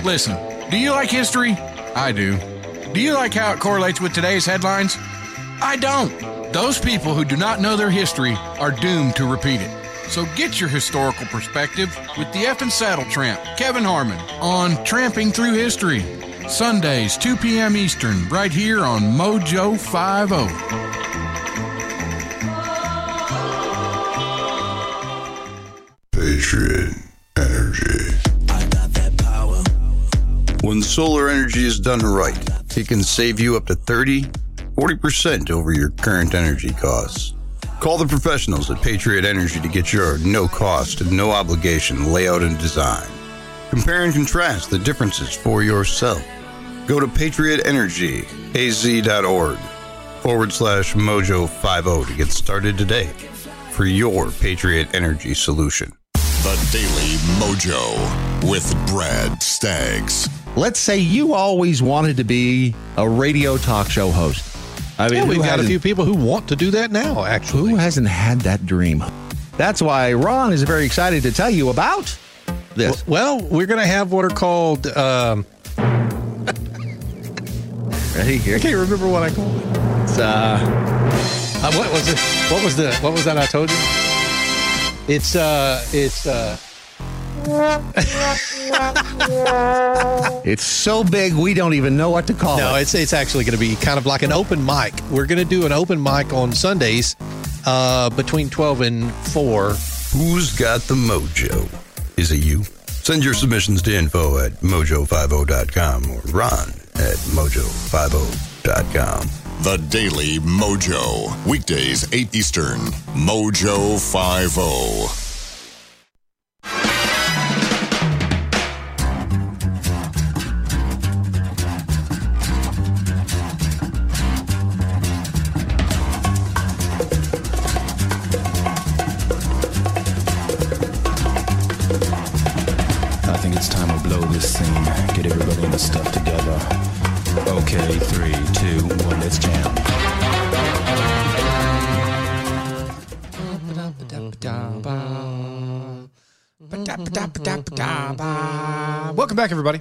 Speaker 9: Listen, do you like history? I do. Do you like how it correlates with today's headlines? I don't. Those people who do not know their history are doomed to repeat it. So get your historical perspective with the F and Saddle Tramp, Kevin Harmon, on Tramping Through History. Sundays, 2 p.m. Eastern, right here on Mojo oh. 50.
Speaker 3: Patriot Energy. When solar energy is done right, it can save you up to 30, 40% over your current energy costs. Call the professionals at Patriot Energy to get your no cost and no obligation layout and design. Compare and contrast the differences for yourself. Go to patriotenergyaz.org forward slash mojo 50 to get started today for your Patriot Energy solution.
Speaker 10: The Daily Mojo with Brad Staggs.
Speaker 11: Let's say you always wanted to be a radio talk show host. I
Speaker 12: Yeah, we've got a few people who want to do that now,
Speaker 11: actually. Who hasn't had that dream? That's why Ron is very excited to tell you about this.
Speaker 12: Well, we're going to have what are called. Um,
Speaker 11: I
Speaker 12: can't remember what I called it.
Speaker 11: It's, uh,
Speaker 12: Uh, what was it? What was the? What was that I told you? It's uh, it's uh,
Speaker 11: it's so big we don't even know what to call
Speaker 12: no,
Speaker 11: it.
Speaker 12: it's it's actually going to be kind of like an open mic. We're going to do an open mic on Sundays, uh, between twelve and four.
Speaker 3: Who's got the mojo? Is it you? Send your submissions to info at mojo50.com or ron at mojo50.com.
Speaker 10: The Daily Mojo. Weekdays, 8 Eastern. Mojo oh. 50.
Speaker 13: I think it's time we blow this scene. Get everybody in the stuff together. Okay, three, two, one, let's jam.
Speaker 5: Welcome back, everybody.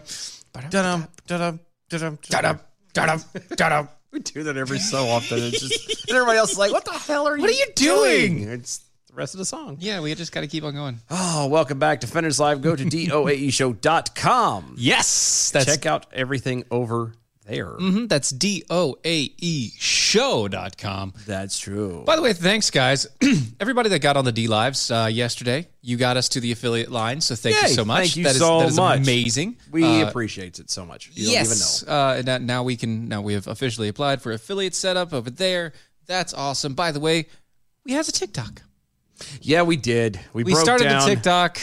Speaker 4: Da-dum, da-dum, da-dum, da-dum, da-dum, da-dum. We do that every so often. It's just and everybody else is like, "What the hell are you?
Speaker 5: What are you doing?
Speaker 4: It's the rest of the song.
Speaker 5: Yeah, we just got to keep on going.
Speaker 4: Oh, welcome back to Fenders Live. Go to
Speaker 12: E
Speaker 4: doaeshow.com.
Speaker 5: Yes, that's-
Speaker 4: check out everything over there.
Speaker 5: Mm-hmm, that's E doaeshow.com.
Speaker 4: That's true.
Speaker 5: By the way, thanks, guys. Everybody that got on the D Lives uh, yesterday, you got us to the affiliate line, so thank
Speaker 4: Yay,
Speaker 5: you so much.
Speaker 4: Thank you
Speaker 5: That is-
Speaker 4: so
Speaker 5: that is
Speaker 4: much.
Speaker 5: amazing.
Speaker 4: We
Speaker 5: Uh,
Speaker 4: appreciate it so much. You don't even know.
Speaker 5: yes. Uh, and that- now we can. Now we have officially applied for affiliate setup over there. That's awesome. By the way, we has a TikTok.
Speaker 4: Yeah, we did. We,
Speaker 5: We
Speaker 4: broke
Speaker 5: started the
Speaker 4: down.
Speaker 5: TikTok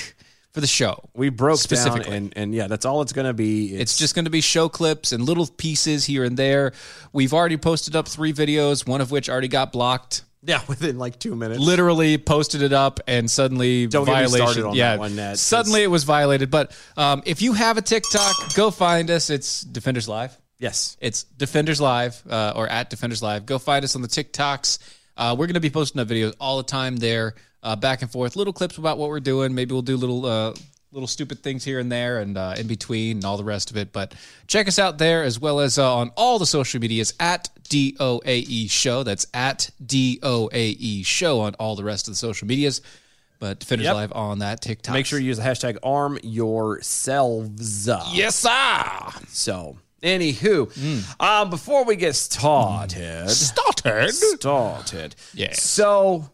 Speaker 5: for the show.
Speaker 4: We broke
Speaker 5: specifically.
Speaker 4: down and, and yeah, that's all it's going to be.
Speaker 5: It's, just going to be show clips and little pieces here and there. We've already posted up three videos, one of which already got blocked.
Speaker 4: yeah, within like two minutes.
Speaker 5: Literally posted it up and suddenly
Speaker 4: Don't get me
Speaker 5: violation.
Speaker 4: started on
Speaker 5: yeah,
Speaker 4: that one. That's-
Speaker 5: suddenly it was violated. But um, if you have a TikTok, go find us. It's Defenders Live.
Speaker 4: Yes,
Speaker 5: it's Defenders Live uh, or at Defenders Live. Go find us on the TikToks. Uh, we're going to be posting up videos all the time there, uh, back and forth, little clips about what we're doing. Maybe we'll do little uh, little stupid things here and there, and uh, in between, and all the rest of it. But check us out there as well as uh, on all the social medias at DOAE E Show. That's at DOAE E Show on all the rest of the social medias. But Defenders
Speaker 4: Yep.
Speaker 5: Live on that TikTok.
Speaker 4: Make sure you use the hashtag arm yourselves.
Speaker 5: Yes, sir.
Speaker 4: So, anywho, uh, before we get started,
Speaker 5: started,
Speaker 4: Mm. started. Yeah. So,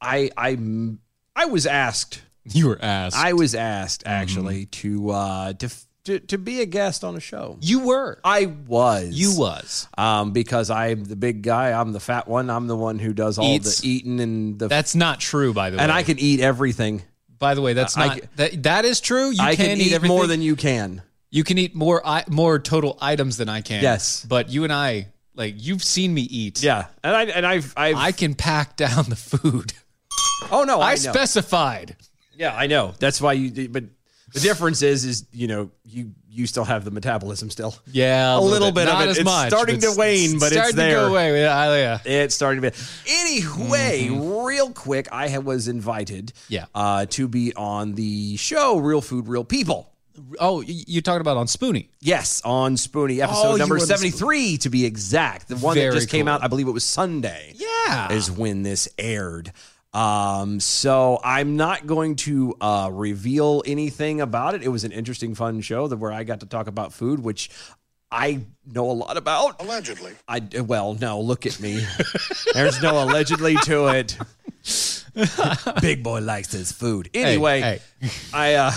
Speaker 4: I I I was asked.
Speaker 5: You were asked.
Speaker 4: Mm-hmm. I was asked actually to uh, def- to, to be a guest on a show. You were. I was. You was. Um, because I'm the big guy. I'm the fat one. I'm the one who does all
Speaker 5: Eats.
Speaker 4: the eating and the.
Speaker 5: That's not true, by the way.
Speaker 4: And I can eat everything.
Speaker 5: By the way, that's
Speaker 4: I-
Speaker 5: not that, that is true. You
Speaker 4: I can eat more
Speaker 5: than
Speaker 4: you can.
Speaker 5: You can eat more I, more total items than I can.
Speaker 4: Yes.
Speaker 5: but you and I, like you've seen me eat.
Speaker 4: Yeah, and I and I've, I've
Speaker 5: I can pack down the food.
Speaker 4: Oh no, I,
Speaker 5: I
Speaker 4: know.
Speaker 5: specified.
Speaker 4: Yeah, I know. That's why you. But the difference is, is you know, you you still have the metabolism still.
Speaker 5: Yeah,
Speaker 4: a, little bit.
Speaker 5: Not
Speaker 4: of it.
Speaker 5: as
Speaker 4: it's
Speaker 5: much.
Speaker 4: starting
Speaker 5: but
Speaker 4: to wane, but it's
Speaker 5: starting
Speaker 4: there.
Speaker 5: To go away. Yeah, yeah.
Speaker 4: It's starting to be. Anyway, real quick, I ha- was invited.
Speaker 5: Mm-hmm. Yeah.
Speaker 4: Uh, to be on the show, Real Food, Real People.
Speaker 5: Oh, you're talking about on Spoonie?
Speaker 4: Yes, on Spoonie, episode
Speaker 5: Oh, you
Speaker 4: number
Speaker 5: were the-
Speaker 4: seventy-three to be exact. The one
Speaker 5: Very
Speaker 4: that just came
Speaker 5: cool.
Speaker 4: out, I believe it was Sunday.
Speaker 5: Yeah,
Speaker 4: is when this aired. Um, so I'm not going to uh, reveal anything about it. It was an interesting, fun show that where I got to talk about food, which I know a lot about. Allegedly, I well, no, look at me. There's no allegedly to it. Big boy likes his food.
Speaker 5: Hey,
Speaker 4: Anyway,
Speaker 5: hey.
Speaker 4: I uh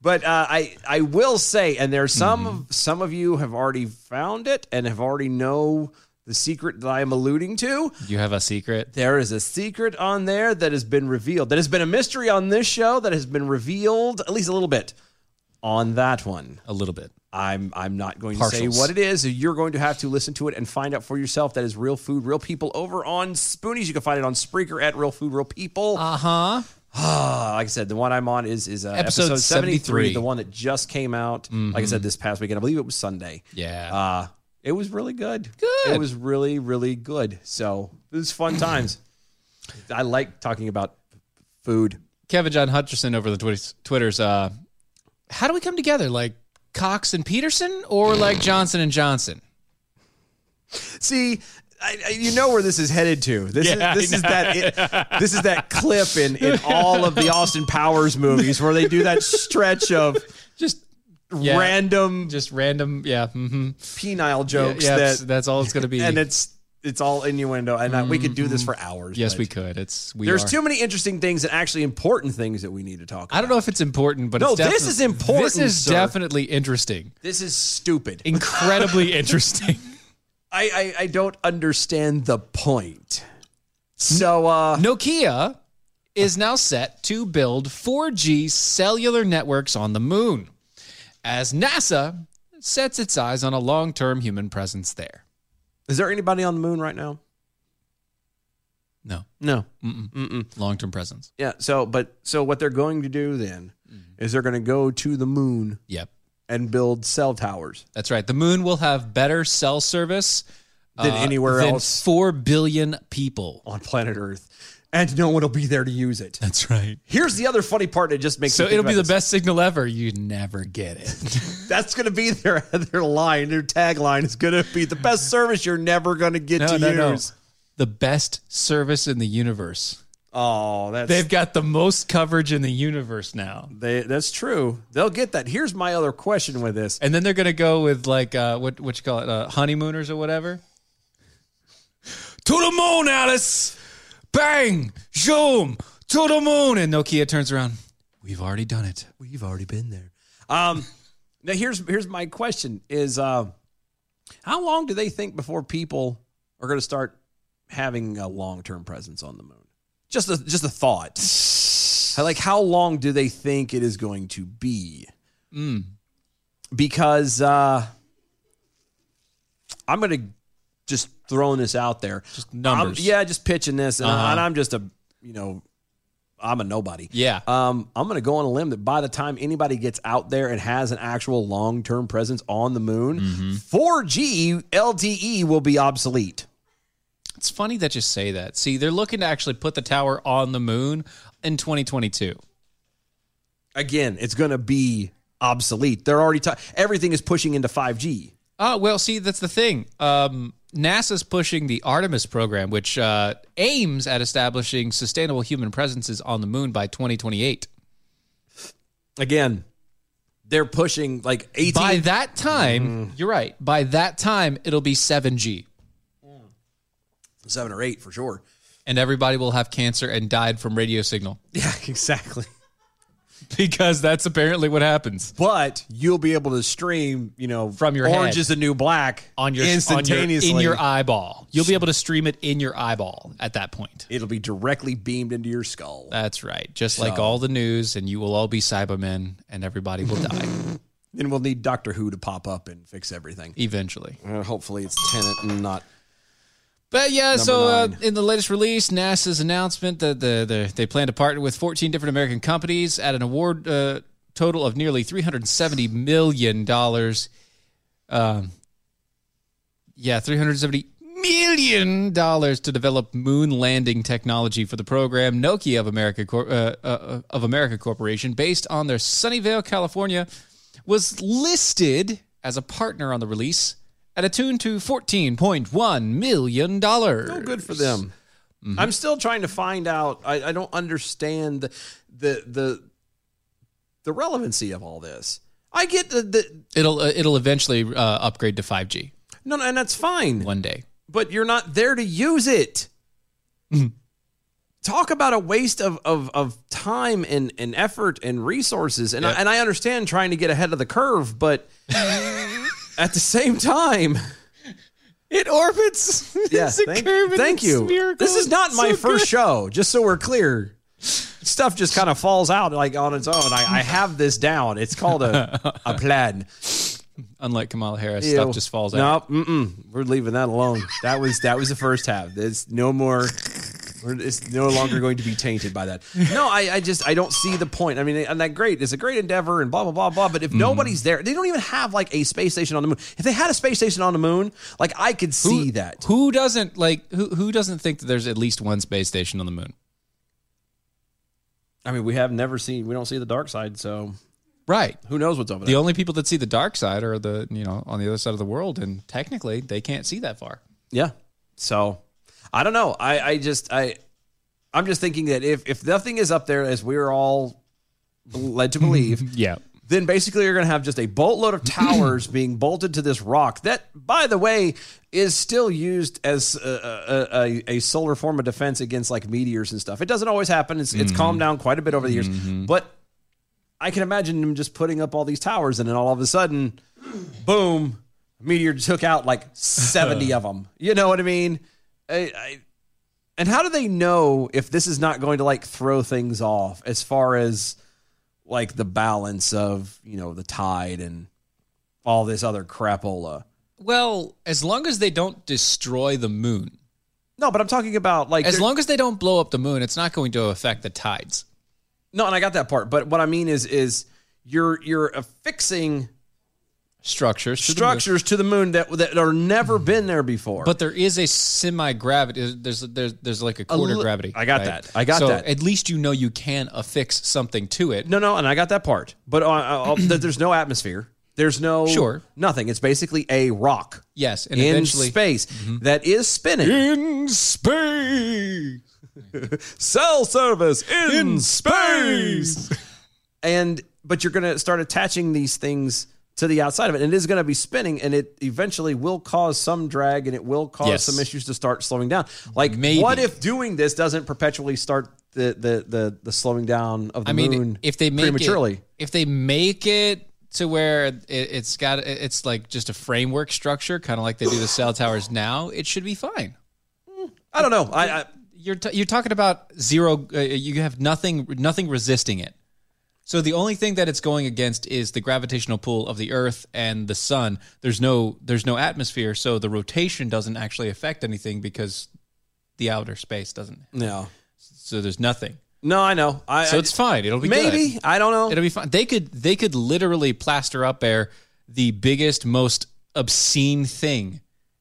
Speaker 4: but uh, I I will say and there's some
Speaker 5: Mm-hmm.
Speaker 4: some of you have already found it and have already know the secret that I am alluding to.
Speaker 5: You have a secret?
Speaker 4: There is a secret on there that has been revealed. That has been a mystery on this show that has been revealed at least a little bit on that one.
Speaker 5: A little bit.
Speaker 4: I'm I'm not going to
Speaker 5: Partials.
Speaker 4: say what it is. You're going to have to listen to it and find out for yourself. That is real food, real people over on Spoonies. You can find it on Spreaker at Real Food, Real People. Uh
Speaker 5: huh.
Speaker 4: like I said, the one I'm on is is uh,
Speaker 5: Ah. Episode
Speaker 4: episode, 73,
Speaker 5: 73.
Speaker 4: the one that just came out. Like I said, this past weekend, I believe it was Sunday.
Speaker 5: Mm-hmm. Yeah.
Speaker 4: Uh, it was really good. Good. It was really really good. So it was fun times. I like talking about food.
Speaker 5: Kevin John Hutcherson over the Twitters. Twitters uh, how do we come together? Like Cox and Peterson, or like Johnson and Johnson?
Speaker 4: See, I, I, you know where this is headed to. This
Speaker 5: Yeah,
Speaker 4: is this
Speaker 5: I
Speaker 4: is
Speaker 5: know.
Speaker 4: that it, this is that clip in in all of the Austin Powers movies where they do that stretch of
Speaker 5: just Yeah.
Speaker 4: random
Speaker 5: just random yeah mm-hmm.
Speaker 4: penile jokes
Speaker 5: Yeah, yeah,
Speaker 4: that
Speaker 5: it's- that's all it's gonna be. Mm-hmm.
Speaker 4: and it's it's all innuendo and uh we could do this for hours
Speaker 5: Yes,
Speaker 4: but
Speaker 5: we could. It's we
Speaker 4: there's
Speaker 5: are.
Speaker 4: too many interesting things and actually important things that we need to talk about
Speaker 5: I don't know if it's important, but
Speaker 4: No,
Speaker 5: it's
Speaker 4: this
Speaker 5: defi-
Speaker 4: is important,
Speaker 5: This is
Speaker 4: sir.
Speaker 5: definitely interesting.
Speaker 4: this is stupid
Speaker 5: Incredibly interesting.
Speaker 4: I, I i don't understand the point so uh
Speaker 5: Nokia is now set to build 4G cellular networks on the moon as NASA sets its eyes on a long-term human presence there.
Speaker 4: is there anybody on the moon right now
Speaker 5: No.
Speaker 4: No.
Speaker 5: Mm-mm. Long-term presence.
Speaker 4: yeah so but so what they're going to do then
Speaker 5: Mm-hmm.
Speaker 4: is they're going to go to the moon
Speaker 5: Yep.
Speaker 4: and build cell towers
Speaker 5: That's right. The moon will have better cell service uh,
Speaker 4: Than anywhere
Speaker 5: than
Speaker 4: else.
Speaker 5: 4 billion people
Speaker 4: on planet Earth, and no one will be there to use it.
Speaker 5: That's right.
Speaker 4: Here's the other funny part that just makes
Speaker 5: So
Speaker 4: me think
Speaker 5: it'll be the
Speaker 4: about
Speaker 5: best signal ever. You never get it.
Speaker 4: this. That's going to be their their line, their tagline is going to be the best service you're never going to get
Speaker 5: no,
Speaker 4: to
Speaker 5: no, no.
Speaker 4: use.
Speaker 5: The best service in the universe.
Speaker 4: Oh, that's
Speaker 5: They've got the most coverage in the universe now.
Speaker 4: they, that's true. They'll get that. Here's my other question with this.
Speaker 5: And then they're gonna go with like uh, what what you call it, uh, honeymooners or whatever. To the moon, Alice! Bang! Zoom! To the moon! And Nokia turns around. We've already done it.
Speaker 4: We've already been there. Um, now here's here's my question: Is uh, how long do they think before people are going to start having a long term presence on the moon? Just a just a thought. Like how long do they think it is going to be?
Speaker 5: Mm.
Speaker 4: Because uh, I'm going to just throwing this out there. Just
Speaker 5: numbers.
Speaker 4: yeah, just pitching this, and,
Speaker 5: Uh-huh.
Speaker 4: I, and I'm just a you know I'm a nobody.
Speaker 5: Yeah.
Speaker 4: Um, I'm going to go on a limb that by the time anybody gets out there and has an actual long term presence on the moon,
Speaker 5: Mm-hmm.
Speaker 4: 4G LTE E will be obsolete.
Speaker 5: It's funny that you say that. See, they're looking to actually put the tower on the moon in 2022.
Speaker 4: Again, it's going to be obsolete. They're already ta- everything is pushing into 5G.
Speaker 5: Oh, well, see, that's the thing. Um, NASA's pushing the Artemis program, which uh, aims at establishing sustainable human presences on the moon by 2028.
Speaker 4: Again, they're pushing like 18
Speaker 5: By that time, you're right. By that time, it'll be 7G,
Speaker 4: seven or eight for sure.
Speaker 5: and everybody will have cancer and died from radio signal.
Speaker 4: Yeah, exactly.
Speaker 5: because that's apparently what happens.
Speaker 4: But you'll be able to stream, you know,
Speaker 5: from your
Speaker 4: Orange
Speaker 5: head.
Speaker 4: is the New Black
Speaker 5: on your
Speaker 4: instantaneously
Speaker 5: on your, in your eyeball. You'll be able to stream it in your eyeball at that point.
Speaker 4: It'll be directly beamed into your skull.
Speaker 5: That's right. Just like
Speaker 4: So-
Speaker 5: all the news, and you will all be Cybermen, and everybody will die
Speaker 4: Then we'll need Doctor Who to pop up and fix everything.
Speaker 5: eventually.
Speaker 4: Uh, hopefully, it's Tenant and not
Speaker 5: But yeah,
Speaker 4: Number
Speaker 5: so uh,
Speaker 4: nine.
Speaker 5: in the latest release, NASA's announcement that the, the they plan to partner with 14 different American companies at an award uh, total of nearly 370 million dollars. Um, yeah, 370 million dollars to develop moon landing technology for the program. Nokia of America Cor- uh, uh, of America Corporation, based on their Sunnyvale, California, was listed as a partner on the release at a tune to 14.1 million dollars.
Speaker 4: Oh, good for them. I'm still trying to find out. I, I don't understand the, the the the relevancy of all this. I get the, the
Speaker 5: It'll uh, it'll eventually uh, upgrade to 5G
Speaker 4: no, no, and that's fine.
Speaker 5: one day.
Speaker 4: but you're not there to use it. Talk about a waste of of, of time and, and effort and resources. And I, and I understand trying to get ahead of the curve, but at the same time,
Speaker 5: It orbits.
Speaker 4: yeah, thank, thank you. This is not my first show. Just so we're clear, stuff just kind of falls out like on its own. I, I have this down. It's called a a plan.
Speaker 5: Unlike Kamala Harris, stuff
Speaker 4: Ew.
Speaker 5: just falls
Speaker 4: no,
Speaker 5: out.
Speaker 4: mm-mm. we're leaving that alone. That was that was the first half. There's no more. we're- It's no longer going to be tainted by that. No, I, I just I don't see the point. I mean, and that great. It's a great endeavor and blah blah blah blah. But if
Speaker 5: Mm-hmm.
Speaker 4: nobody's there, they don't even have like a space station on the moon. If they had a space station on the moon, like I could see that.
Speaker 5: Who doesn't like who who doesn't think that there's at least one space station on the moon?
Speaker 4: I mean, we have never seen. We don't see the dark side, so
Speaker 5: Right.
Speaker 4: who knows what's over
Speaker 5: The
Speaker 4: there?
Speaker 5: only people that see the dark side are the, you know, on the other side of the world and technically they can't see that far.
Speaker 4: yeah. So I don't know. I I just I I'm just thinking that if if nothing is up there, as we're all led to believe,
Speaker 5: Yeah.
Speaker 4: then basically you're going to have just a boatload of towers being bolted to this rock that, by the way, is still used as a, a, a, a solar form of defense against like meteors and stuff. It doesn't always happen. It's, it's calmed down quite a bit over the years, but I can imagine them just putting up all these towers and then all of a sudden, boom, meteor took out like 70 of them. You know what I mean? I, I, and how do they know if this is not going to like throw things off as far as like the balance of you know the tide and all this other crapola.
Speaker 5: Well, as long as they don't destroy the moon.
Speaker 4: No, but I'm talking about like
Speaker 5: As
Speaker 4: they're-
Speaker 5: long as they don't blow up the moon, it's not going to affect the tides.
Speaker 4: no, and I got that part. But what I mean is is you're you're affixing
Speaker 5: Structures. to the moon. Mm.
Speaker 4: structures to the moon that that are never been there before.
Speaker 5: But there is a semi gravity. There's there's there's like a
Speaker 4: A
Speaker 5: quarter
Speaker 4: li-
Speaker 5: gravity.
Speaker 4: I got that. I got
Speaker 5: So
Speaker 4: that.
Speaker 5: At least you know you can affix something to it.
Speaker 4: no, no, and I got that part. But uh, uh, uh, there's no atmosphere. There's no
Speaker 5: Sure.
Speaker 4: nothing. It's basically a rock
Speaker 5: Yes, and
Speaker 4: in
Speaker 5: eventually Mm-hmm.
Speaker 4: space that is spinning.
Speaker 5: in space.
Speaker 4: cell service in, space. and but you're going to start attaching these things to the outside of it, and it is going to be spinning, and it eventually will cause some drag, and it will cause
Speaker 5: Yes.
Speaker 4: some issues to start slowing down. Like,
Speaker 5: Maybe.
Speaker 4: what if doing this doesn't perpetually start the the the, the slowing down of the
Speaker 5: I mean,
Speaker 4: moon?
Speaker 5: if they make
Speaker 4: prematurely,
Speaker 5: it, if they make it to where it, it's got it's like just a framework structure, kind of like they do the cell towers now, it should be fine.
Speaker 4: I don't know. I, I
Speaker 5: You're t- you're talking about zero. Uh, you have nothing nothing resisting it. So the only thing that it's going against is the gravitational pull of the Earth and the Sun. There's no there's no atmosphere, so the rotation doesn't actually affect anything because the outer space doesn't.
Speaker 4: no,
Speaker 5: So there's nothing.
Speaker 4: no, I know. I
Speaker 5: So it's fine. It'll be
Speaker 4: maybe
Speaker 5: good.
Speaker 4: I don't know.
Speaker 5: It'll be fine. They could they could literally plaster up there the biggest, most obscene thing,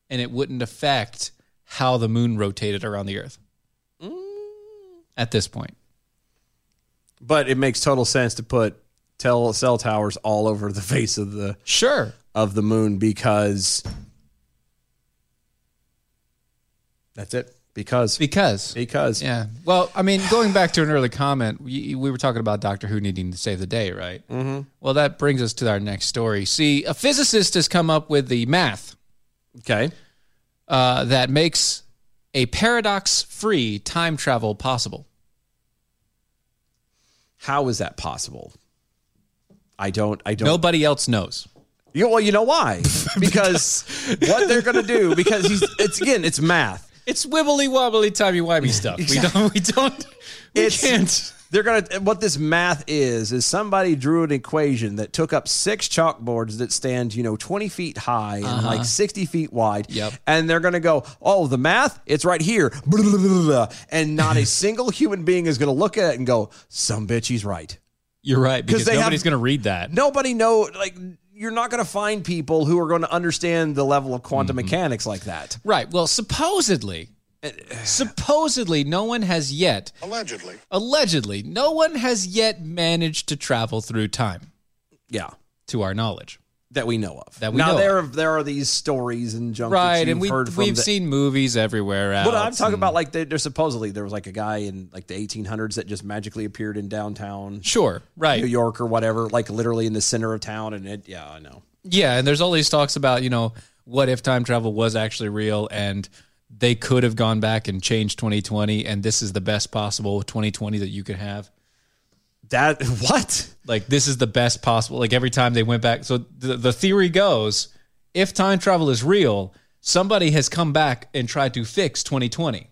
Speaker 5: and it wouldn't affect how the moon rotated around the Earth. At this point,
Speaker 4: but it makes total sense to put tel- cell towers all over the face of the
Speaker 5: sure.
Speaker 4: of the moon because that's it. Because
Speaker 5: Because
Speaker 4: because
Speaker 5: yeah. Well, I mean, going back to an early comment, we, we were talking about Doctor Who needing to save the day, right? Mm-hmm. Well, that brings us to our next story. See, a physicist has come up with the math
Speaker 4: okay,
Speaker 5: uh, that makes a paradox-free time travel possible.
Speaker 4: How is that possible? I don't. I don't.
Speaker 5: Nobody else knows.
Speaker 4: You, well, you know why? Because what they're going to do? Because he's, it's again, it's math.
Speaker 5: It's wibbly wobbly timey wimey stuff. We don't. We don't.
Speaker 4: We can't. They're going to. What this math is is somebody drew an equation that took up six chalkboards that stand, you know, twenty feet high and
Speaker 5: Uh-huh.
Speaker 4: like sixty feet wide. Yep. And they're going to go, oh, the math, it's right here, blah, blah, blah, blah, blah. and not a single human being is going to look at it and go, some bitch, he's right.
Speaker 5: You're right because
Speaker 4: they have-
Speaker 5: nobody's going to read that.
Speaker 4: Nobody know like. You're not going to find people who are going to understand the level of quantum
Speaker 5: Mm-hmm.
Speaker 4: mechanics like that.
Speaker 5: Right. Well, supposedly, uh, supposedly, no one has yet.
Speaker 14: Allegedly.
Speaker 5: Allegedly, no one has yet managed to travel through time.
Speaker 4: Yeah.
Speaker 5: To our knowledge.
Speaker 4: That we know of.
Speaker 5: That we
Speaker 4: now
Speaker 5: know
Speaker 4: there there are these stories and junk
Speaker 5: Right,
Speaker 4: that
Speaker 5: and
Speaker 4: you've
Speaker 5: we,
Speaker 4: heard from
Speaker 5: we've
Speaker 4: the-
Speaker 5: seen movies everywhere.
Speaker 4: But I'm
Speaker 5: else
Speaker 4: talking
Speaker 5: and-
Speaker 4: about like they, there's supposedly there was like a guy in like the 1800s that just magically appeared in downtown,
Speaker 5: Sure, right.
Speaker 4: New York or whatever, like literally in the center of town. And it, yeah, I know.
Speaker 5: Yeah, and there's all these talks about, you know, what if time travel was actually real and they could have gone back and changed 2020 and this is the best possible 2020 that you could have.
Speaker 4: That what?
Speaker 5: Like this is the best possible like every time they went back. So the, the theory goes if time travel is real, somebody has come back and tried to fix 2020.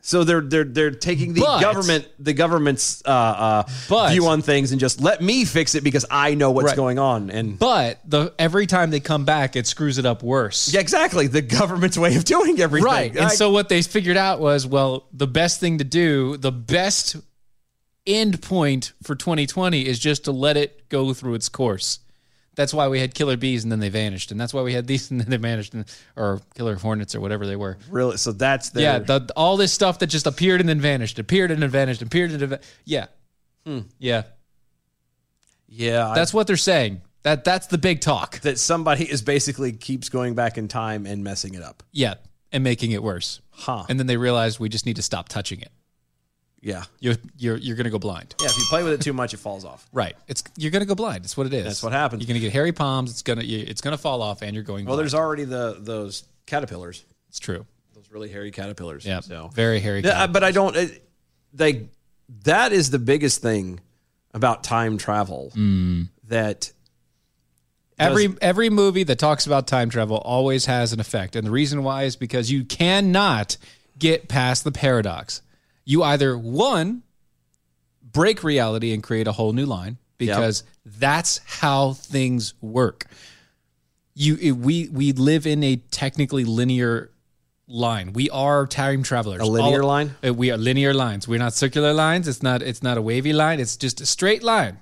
Speaker 4: So they're they're they're taking the
Speaker 5: But-
Speaker 4: government the government's uh, uh, view on things and just let me fix it because I know what's
Speaker 5: Right.
Speaker 4: going on. And
Speaker 5: But the every time they come back it screws it up worse.
Speaker 4: yeah, exactly the government's way of doing everything.
Speaker 5: Right. And
Speaker 4: I-
Speaker 5: so what they figured out was, well, the best thing to do, the best end point for 2020 is just to let it go through its course. That's why we had killer bees and then they vanished, and that's why we had these and then they vanished, and, or killer hornets or whatever they were.
Speaker 4: Really? So that's their-
Speaker 5: yeah. The, all this stuff that just appeared and then vanished, appeared and then vanished, appeared and then va- yeah,
Speaker 4: Hmm.
Speaker 5: yeah.
Speaker 4: yeah,
Speaker 5: That's what they're saying. That that's the big talk.
Speaker 4: That somebody is basically keeps going back in time and messing it up.
Speaker 5: Yeah, and making it worse.
Speaker 4: Huh.
Speaker 5: And then they realized we just need to stop touching it.
Speaker 4: Yeah.
Speaker 5: You're you're you're gonna go blind.
Speaker 4: Yeah, if you play with it too much, it falls off.
Speaker 5: Right. It's you're gonna go blind. That's what it is.
Speaker 4: That's what happens.
Speaker 5: You're gonna get hairy palms. It's gonna you, it's gonna fall off, and you're going.
Speaker 4: Well,
Speaker 5: blind.
Speaker 4: there's already the those caterpillars,
Speaker 5: it's true.
Speaker 4: those really hairy caterpillars.
Speaker 5: Yeah.
Speaker 4: So
Speaker 5: Very hairy.
Speaker 4: Yeah, I- but I don't. It, like that is the biggest thing about time travel
Speaker 5: Hmm.
Speaker 4: that
Speaker 5: Every every movie that talks about time travel always has an effect, and the reason why is because you cannot get past the paradox. You either one break reality and create a whole new line because that's how things work. You it- we we live in a technically linear line. We are time travelers.
Speaker 4: A linear
Speaker 5: All-
Speaker 4: line?
Speaker 5: uh, We are linear lines. We're not circular lines. It's not it's not a wavy line. It's just a straight line.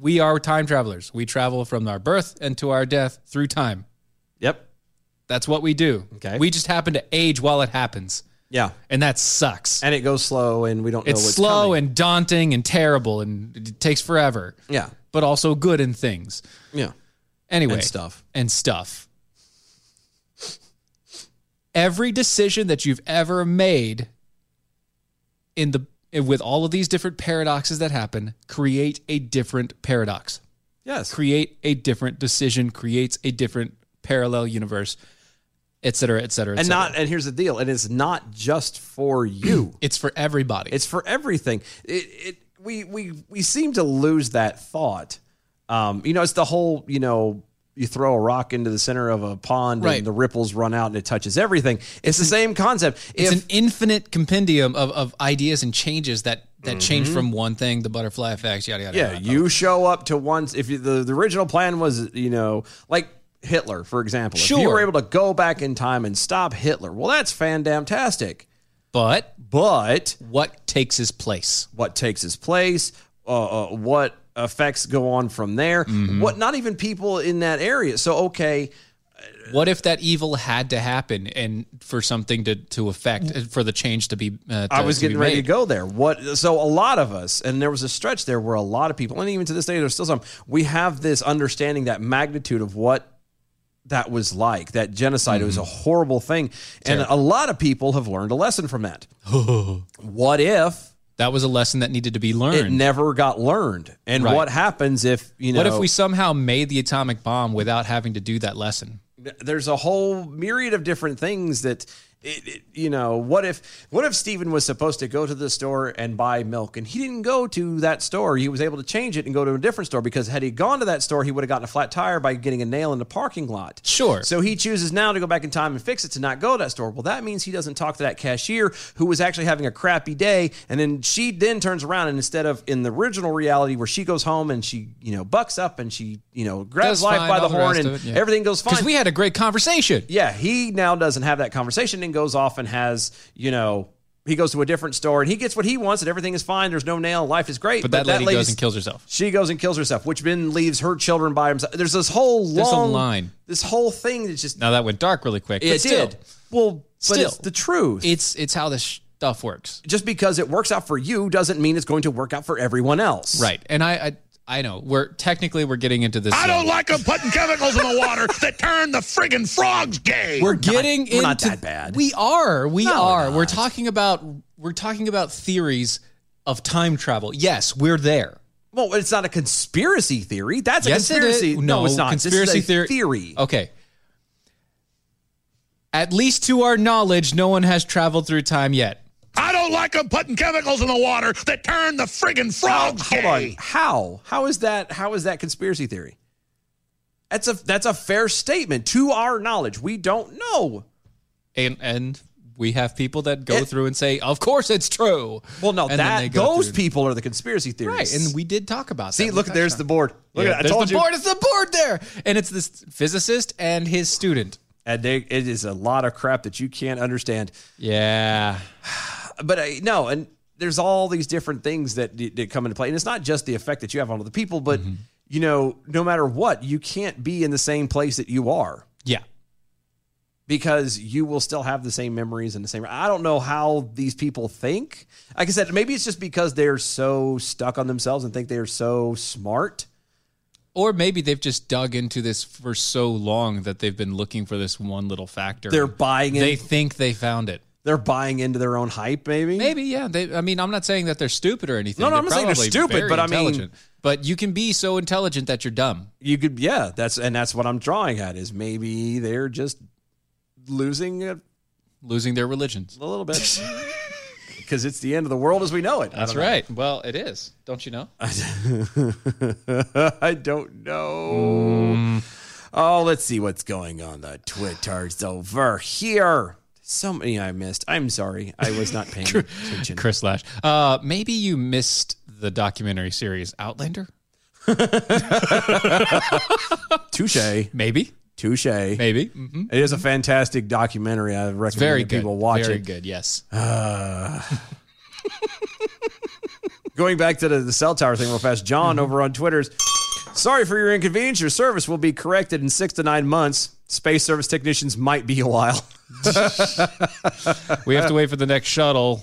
Speaker 5: We are time travelers. We travel from our birth and to our death through time.
Speaker 4: Yep.
Speaker 5: That's what we do. Okay. We just happen to age while it happens.
Speaker 4: yeah,
Speaker 5: and that sucks.
Speaker 4: And it goes slow, and we don't know
Speaker 5: It's
Speaker 4: what's
Speaker 5: slow
Speaker 4: coming.
Speaker 5: and daunting and terrible and it takes forever.
Speaker 4: Yeah.
Speaker 5: But also good in things.
Speaker 4: Yeah.
Speaker 5: Anyway.
Speaker 4: And stuff.
Speaker 5: And stuff. Every decision that you've ever made in the with all of these different paradoxes that happen create a different paradox.
Speaker 4: Yes.
Speaker 5: Create a different decision, creates a different parallel universe, et cetera, et cetera, et
Speaker 4: and
Speaker 5: cetera.
Speaker 4: not and here's the deal and it's not just for you
Speaker 5: it's for everybody
Speaker 4: it's for everything it, it we we we seem to lose that thought um you know it's the whole you know you throw a rock into the center of a pond
Speaker 5: Right.
Speaker 4: and the ripples run out and it touches everything it's the same concept
Speaker 5: It's
Speaker 4: If-
Speaker 5: an e- infinite compendium of, of ideas and changes that that change
Speaker 4: Mhm.
Speaker 5: from one thing, the butterfly effects, yada yada.
Speaker 4: yeah
Speaker 5: yada.
Speaker 4: you show up to once if you, the, the original plan was you know like hitler for example if you
Speaker 5: Sure.
Speaker 4: were able to go back in time and stop hitler well that's fan-damtastic
Speaker 5: but
Speaker 4: but
Speaker 5: what takes his place
Speaker 4: what takes his place uh, uh, what effects go on from there
Speaker 5: Mm-hmm.
Speaker 4: what not even people in that area so okay
Speaker 5: What if that evil had to happen and for something to to affect for the change to be? Uh, to,
Speaker 4: Mm. I was
Speaker 5: to be
Speaker 4: getting ready to
Speaker 5: made?
Speaker 4: go there. What? So a lot of us, and there was a stretch there where a lot of people, and even to this day, there's still some. We have this understanding that magnitude of what that was like. That genocide it was a horrible thing, and
Speaker 5: Mm-hmm. Terrible.
Speaker 4: a lot of people have learned a lesson from that. what if
Speaker 5: that was a lesson that needed to be learned?
Speaker 4: It never got learned, and
Speaker 5: Right.
Speaker 4: what happens if you know?
Speaker 5: What if we somehow made the atomic bomb without having to do that lesson?
Speaker 4: there's a whole myriad of different things that It, it- you know, what if what if Steven was supposed to go to the store and buy milk and he didn't go to that store? He was able to change it and go to a different store because had he gone to that store, he would have gotten a flat tire by getting a nail in the parking lot. Sure. So he chooses now to go back in time and fix it to not go to that store. Well, that means he doesn't talk to that cashier who was actually having a crappy day and then she then turns around and instead of in the original reality where she goes home and she, you know, bucks up and she, you know, grabs
Speaker 5: Does
Speaker 4: life
Speaker 5: fine,
Speaker 4: by the
Speaker 5: all the
Speaker 4: horn
Speaker 5: rest
Speaker 4: and
Speaker 5: of it, yeah.
Speaker 4: everything goes fine.
Speaker 5: 'Cause we had a great conversation.
Speaker 4: Yeah, he now doesn't have that conversation and goes off and has, you know, he goes to a different store and he gets what he wants and everything is fine. There's no nail. Life is great.
Speaker 5: But that lady
Speaker 4: lady's-
Speaker 5: goes and kills herself.
Speaker 4: She goes and kills herself, which then leaves her children by himself. There's this whole long
Speaker 5: There's a line.
Speaker 4: This whole thing that's just
Speaker 5: Now that went dark really quick. but
Speaker 4: it
Speaker 5: still.
Speaker 4: did. Well, but
Speaker 5: Still.
Speaker 4: it's the truth. It's it's how this stuff works. Just because it works out for you doesn't mean it's going to work out for everyone else.
Speaker 5: Right. And I, I I know we're technically we're getting into this.
Speaker 4: I
Speaker 5: zone.
Speaker 4: don't like
Speaker 9: Like I'm putting chemicals in the water that turn the friggin' frogs gay.
Speaker 5: We're getting
Speaker 9: in.
Speaker 5: into We are. We are. We're talking about we're talking about theories of time travel. Yes, we're there.
Speaker 4: Well, it's not a conspiracy theory. That's a conspiracy.
Speaker 5: It is.
Speaker 4: No, it's not. This is
Speaker 5: Conspiracy
Speaker 4: a
Speaker 5: theory.
Speaker 4: theory.
Speaker 5: Okay. At least to our knowledge, no one has traveled through time yet.
Speaker 9: I don't like them putting chemicals in the water that turn the friggin' frogs
Speaker 4: Hold on.
Speaker 9: gay.
Speaker 4: How? How is that? How is that conspiracy theory? That's a that's a fair statement. To our knowledge, we don't know.
Speaker 5: And and we have people that go through and say, "Of course, it's true."
Speaker 4: Well, no,
Speaker 5: And then they
Speaker 4: that
Speaker 5: go
Speaker 4: those
Speaker 5: through-
Speaker 4: people are the conspiracy theorists.
Speaker 5: Right, and we did talk about.
Speaker 4: See,
Speaker 5: that.
Speaker 4: look,
Speaker 5: We
Speaker 4: there's
Speaker 5: touched
Speaker 4: the
Speaker 5: on-
Speaker 4: board. Look
Speaker 5: Yeah,
Speaker 4: at that. I
Speaker 5: there's
Speaker 4: told
Speaker 5: the
Speaker 4: you.
Speaker 5: board. It's the board there, and it's this physicist and his student.
Speaker 4: And they, it is a lot of crap that you can't understand.
Speaker 5: Yeah,
Speaker 4: but I, no, and there's all these different things that that come into play, and it's not just the effect that you have on other people, but
Speaker 5: Mm-hmm.
Speaker 4: you know, no matter what, you can't be in the same place that you are.
Speaker 5: Yeah.
Speaker 4: Because you will still have the same memories and the same. I don't know how these people think. Like I said, maybe it's just because they're so stuck on themselves and think they are so smart.
Speaker 5: Or maybe they've just dug into this for so long that they've been looking for this one little factor.
Speaker 4: They're buying in-
Speaker 5: They think they found it.
Speaker 4: They're buying into their own hype, maybe.
Speaker 5: Maybe, yeah. They, I mean, I'm not saying that they're stupid or anything.
Speaker 4: No, no,
Speaker 5: They're
Speaker 4: I'm not saying they're
Speaker 5: probably
Speaker 4: stupid,
Speaker 5: very
Speaker 4: but I mean-
Speaker 5: intelligent. but you can be so intelligent that you're dumb.
Speaker 4: You could, yeah. That's and that's what I'm drawing at is maybe they're just losing a
Speaker 5: losing their religions
Speaker 4: a little bit because it's the end of the world as we know it. I
Speaker 5: That's
Speaker 4: don't know.
Speaker 5: right. Well, it is. Don't you
Speaker 4: Uh,
Speaker 5: know?
Speaker 4: I don't know.
Speaker 5: Mm.
Speaker 4: Oh, let's see what's going on the Twitter's over here. So many I missed. I'm sorry. I was not paying attention.
Speaker 5: Chris Lash. Uh, maybe you missed the documentary series Outlander.
Speaker 4: Touche.
Speaker 5: Maybe.
Speaker 4: Touche.
Speaker 5: Maybe. Mm-hmm.
Speaker 4: It is a fantastic documentary. I recommend
Speaker 5: very
Speaker 4: that
Speaker 5: good.
Speaker 4: people watch
Speaker 5: Very
Speaker 4: it.
Speaker 5: good, yes.
Speaker 4: Uh, going back to the, the cell tower thing real fast, John
Speaker 5: Mm-hmm.
Speaker 4: over on Twitter's. Sorry for your inconvenience. Your service will be corrected in six to nine months. Space service technicians might be a while.
Speaker 5: We have to wait for the next shuttle.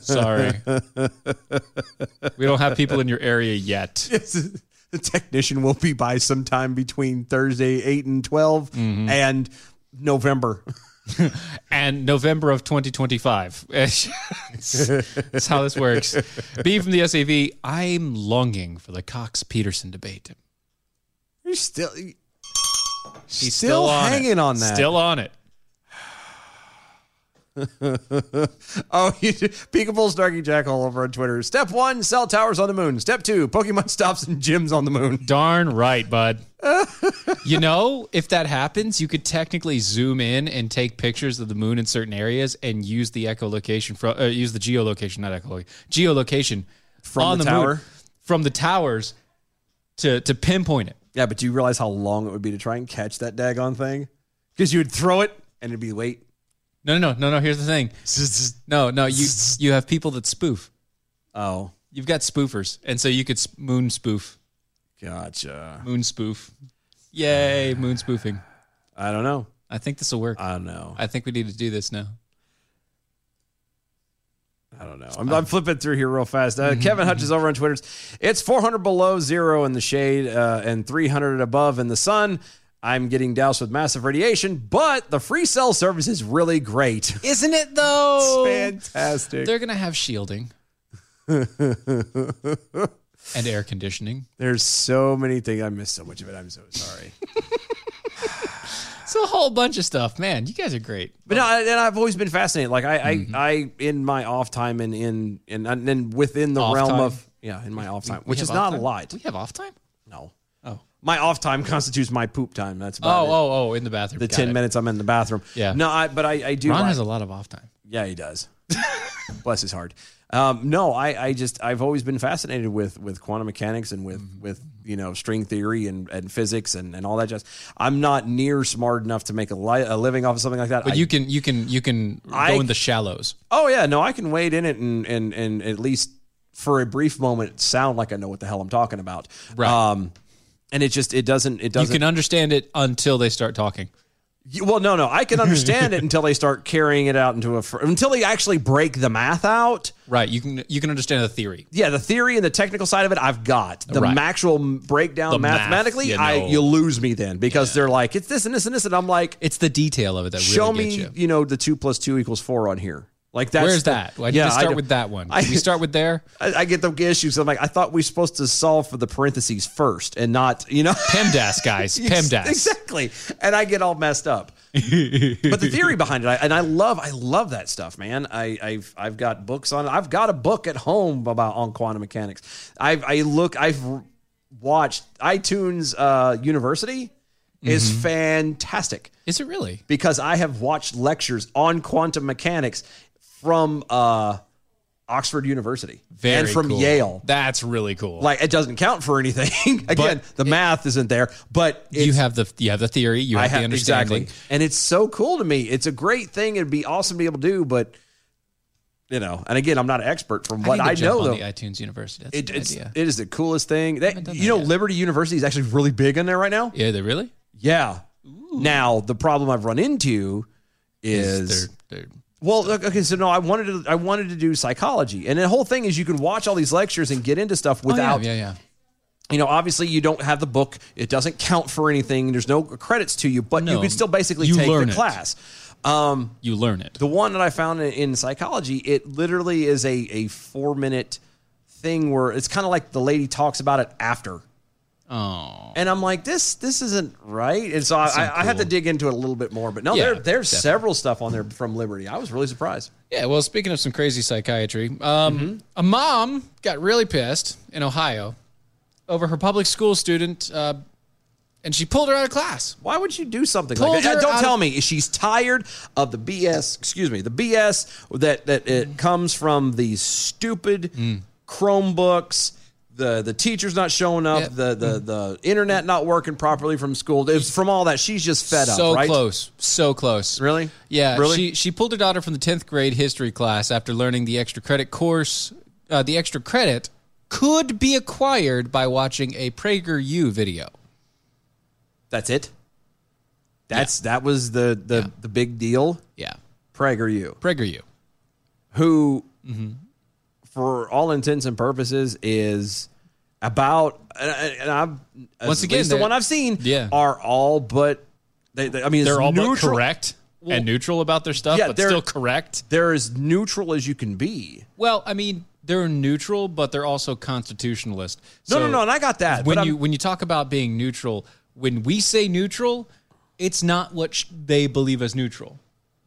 Speaker 5: Sorry. We don't have people in your area yet.
Speaker 4: the technician will be by sometime between Thursday eight and 12 and November.
Speaker 5: and November of 2025. That's how this works. B from the SAV, I'm longing for the Cox Peterson debate.
Speaker 4: You're still he's
Speaker 5: He's
Speaker 4: still,
Speaker 5: on it.
Speaker 4: hanging on that.
Speaker 5: Still on it.
Speaker 4: oh, you, Peekables, Snarky Jack all over on Twitter. Step one, cell towers on the moon. Step two, Pokemon stops and gyms on the moon.
Speaker 5: Darn right, bud. you know, if that happens, you could technically zoom in and take pictures of the moon in certain areas and use the echolocation from uh, use the geolocation, not echolocation, geolocation
Speaker 4: From
Speaker 5: on
Speaker 4: the
Speaker 5: the, moon,
Speaker 4: tower?
Speaker 5: from the towers to to pinpoint it.
Speaker 4: Yeah, but do you realize how long it would be to try and catch that daggone thing? Because you would throw it and it'd be wait.
Speaker 5: No, no, no, no, no. Here's the thing. No, no. You you have people that spoof.
Speaker 4: Oh,
Speaker 5: you've got spoofers, and so you could s- moon spoof.
Speaker 4: Gotcha.
Speaker 5: Moon spoof. Yay, moon spoofing.
Speaker 4: I don't know.
Speaker 5: I think this will work.
Speaker 4: I don't know.
Speaker 5: I think we need to do this now.
Speaker 4: I don't know. I'm, I'm flipping through here real fast. Uh, Kevin Hutch is over on Twitter's. It's 400 below zero in the shade uh, and 300 above in the sun. I'm getting doused with massive radiation, but the free cell service is really great.
Speaker 5: Isn't it though?
Speaker 4: It's fantastic.
Speaker 5: They're gonna have shielding and air conditioning.
Speaker 4: There's so many things. I missed so much of it. I'm so sorry.
Speaker 5: It's a whole bunch of stuff, man. You guys are great.
Speaker 4: But no, and I've always been fascinated. Like I, I, I in my off time and in and and then within the
Speaker 5: Off
Speaker 4: realm
Speaker 5: time?
Speaker 4: of yeah, in my off time,
Speaker 5: we
Speaker 4: which
Speaker 5: have
Speaker 4: is
Speaker 5: off
Speaker 4: not
Speaker 5: time?
Speaker 4: a lot. We
Speaker 5: have off time.
Speaker 4: No.
Speaker 5: Oh.
Speaker 4: My off time constitutes my poop time. That's about
Speaker 5: Oh,
Speaker 4: it.
Speaker 5: oh, oh, in the bathroom.
Speaker 4: The
Speaker 5: Got
Speaker 4: ten
Speaker 5: it.
Speaker 4: minutes I'm in the bathroom.
Speaker 5: Yeah.
Speaker 4: No, I but I, I do.
Speaker 5: Ron
Speaker 4: like-
Speaker 5: has a lot of off time.
Speaker 4: Yeah, he does. Bless his heart. Um, no, I, I just I've always been fascinated with with quantum mechanics and with
Speaker 5: Mm-hmm.
Speaker 4: with you know string theory and, and physics and, and all that jazz. I'm not near smart enough to make a, li- a living off of something like that.
Speaker 5: But
Speaker 4: I-
Speaker 5: you can you can you can
Speaker 4: I-
Speaker 5: go in the shallows.
Speaker 4: Oh yeah, no, I can wade in it and and and at least for a brief moment sound like I know what the hell I'm talking about. Right. Um, and it just it doesn't it
Speaker 5: You
Speaker 4: doesn't.
Speaker 5: can understand it until they start talking.
Speaker 4: You- well, no, no, I can understand it until they start carrying it out into a fr- until they actually break the math out.
Speaker 5: Right. You can you can understand the theory.
Speaker 4: Yeah, the theory and the technical side of it, I've got the
Speaker 5: Right.
Speaker 4: actual breakdown
Speaker 5: The math,
Speaker 4: mathematically.
Speaker 5: you
Speaker 4: I
Speaker 5: know.
Speaker 4: you lose me then because they're like it's this and this and this, and I'm like
Speaker 5: it's the detail of it that really
Speaker 4: show me
Speaker 5: gets you.
Speaker 4: know the two plus two equals four on here. Like that's
Speaker 5: Where's
Speaker 4: the-
Speaker 5: that? Why did you start
Speaker 4: don't-
Speaker 5: with that one? Can we start with there?
Speaker 4: I, I get the issues. I'm like, I thought we were supposed to solve for the parentheses first and not, you know,
Speaker 5: PEMDAS guys, PEMDAS.
Speaker 4: exactly. And I get all messed up. but the theory behind it, I, and I love, I love that stuff, man. I, I've, I've got books on it. I've got a book at home about on quantum mechanics. I've, I look, I've watched iTunes uh, University is
Speaker 5: Mhm.
Speaker 4: fantastic.
Speaker 5: Is it really?
Speaker 4: Because I have watched lectures on quantum mechanics from uh, Oxford University
Speaker 5: Very
Speaker 4: and from
Speaker 5: cool.
Speaker 4: Yale.
Speaker 5: That's really cool.
Speaker 4: Like it doesn't count for anything. Again, the math isn't there, but
Speaker 5: you have the you have the theory, you have, the understanding.
Speaker 4: exactly, and it's so cool to me. It's a great thing. It'd be awesome to be able to do, but you know, and again, I'm not an expert from what
Speaker 5: need to
Speaker 4: I,
Speaker 5: jump
Speaker 4: know
Speaker 5: on
Speaker 4: though.
Speaker 5: the iTunes University. That's
Speaker 4: It,
Speaker 5: a good
Speaker 4: it's,
Speaker 5: idea.
Speaker 4: it is the coolest thing. That, you know, Liberty University is actually really big in there right now.
Speaker 5: Yeah, they really.
Speaker 4: Yeah. Now the problem I've run into is,
Speaker 5: they're- they're-
Speaker 4: well, look, okay. So no, I wanted to I wanted to do psychology, and the whole thing is you can watch all these lectures and get into stuff
Speaker 5: Oh, yeah,
Speaker 4: without.
Speaker 5: yeah, yeah.
Speaker 4: You know, obviously, you don't have the book; it doesn't count for anything. There's no credits to you, but you
Speaker 5: No,
Speaker 4: can still basically
Speaker 5: you
Speaker 4: take
Speaker 5: learn
Speaker 4: the
Speaker 5: it.
Speaker 4: class. Um,
Speaker 5: you learn it.
Speaker 4: The one that I found in, in psychology, it literally is a a four minute thing where it's kind of like the lady talks about it after.
Speaker 5: Oh.
Speaker 4: And I'm like, this this isn't right. And so I,
Speaker 5: That's not
Speaker 4: I, I have to dig into it a little bit more. But no,
Speaker 5: Yeah,
Speaker 4: there there's
Speaker 5: definitely.
Speaker 4: several stuff on there from Liberty. I was really surprised.
Speaker 5: Yeah, well, speaking of some crazy psychiatry, um,
Speaker 4: Mm-hmm.
Speaker 5: a mom got really pissed in Ohio over her public school student, uh, and she pulled her out of class.
Speaker 4: Why would you do something
Speaker 5: Pulled
Speaker 4: like that?
Speaker 5: her
Speaker 4: Don't
Speaker 5: out
Speaker 4: tell
Speaker 5: of-
Speaker 4: me she's tired of the BS. Excuse me, the BS that that
Speaker 5: Mm.
Speaker 4: it comes from these stupid Chromebooks. The the teachers not showing up. The the
Speaker 5: Mm.
Speaker 4: the internet not working properly from school. It's from all that. She's just fed
Speaker 5: so
Speaker 4: up. Right?
Speaker 5: close, so close.
Speaker 4: Really?
Speaker 5: Yeah.
Speaker 4: Really?
Speaker 5: She she pulled her daughter from the tenth grade history class after learning the extra credit course. Uh, the extra credit could be acquired by watching a PragerU video.
Speaker 4: That's it. That's that was the the the big deal.
Speaker 5: Yeah.
Speaker 4: PragerU.
Speaker 5: PragerU.
Speaker 4: Who
Speaker 5: Mm-hmm.
Speaker 4: for all intents and purposes is about and, I- and I've at
Speaker 5: Once again,
Speaker 4: least the
Speaker 5: they're-
Speaker 4: one I've seen
Speaker 5: yeah.
Speaker 4: are all but they, they- I mean it's
Speaker 5: They're all but
Speaker 4: neutral.
Speaker 5: correct and neutral about their stuff, but
Speaker 4: they're-
Speaker 5: still correct.
Speaker 4: They're as neutral as you can be.
Speaker 5: Well, I mean, they're neutral, but they're also constitutionalist.
Speaker 4: No, no, no, and I got that,
Speaker 5: When
Speaker 4: but
Speaker 5: you
Speaker 4: I'm-
Speaker 5: when you talk about being neutral, when we say neutral, it's not what sh- they believe as neutral.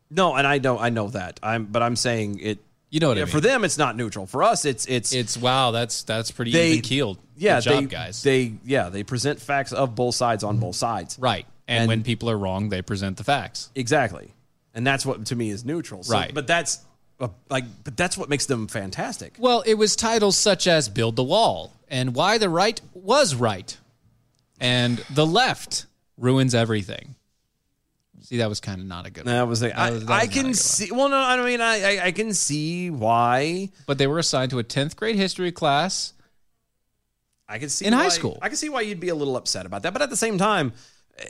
Speaker 4: No, and I know I know that. I'm but I'm saying it
Speaker 5: You know what I
Speaker 4: yeah,
Speaker 5: mean.
Speaker 4: For them it's not neutral. For us it's it's
Speaker 5: It's wow, that's that's pretty
Speaker 4: They-
Speaker 5: even keeled.
Speaker 4: yeah,
Speaker 5: Good job,
Speaker 4: they,
Speaker 5: guys. Mm-hmm.
Speaker 4: They yeah, they present facts of both sides on both sides.
Speaker 5: Right. And, when people are wrong, they present the facts.
Speaker 4: Exactly. And that's what to me is neutral. So-
Speaker 5: Right.
Speaker 4: But that's uh, like but that's what makes them fantastic.
Speaker 5: Well, it was titles such as Build the Wall and Why the Right Was Right and The Left Ruins Everything. See, that was kind of not a good one.
Speaker 4: That was a, I,
Speaker 5: was- that
Speaker 4: I
Speaker 5: was not
Speaker 4: can see. Well, no, I mean, I, I, I can see why.
Speaker 5: But they were assigned to a 10th grade history class.
Speaker 4: I can see
Speaker 5: In high
Speaker 4: why-
Speaker 5: school.
Speaker 4: I can see why you'd be a little upset about that, but at the same time, eh,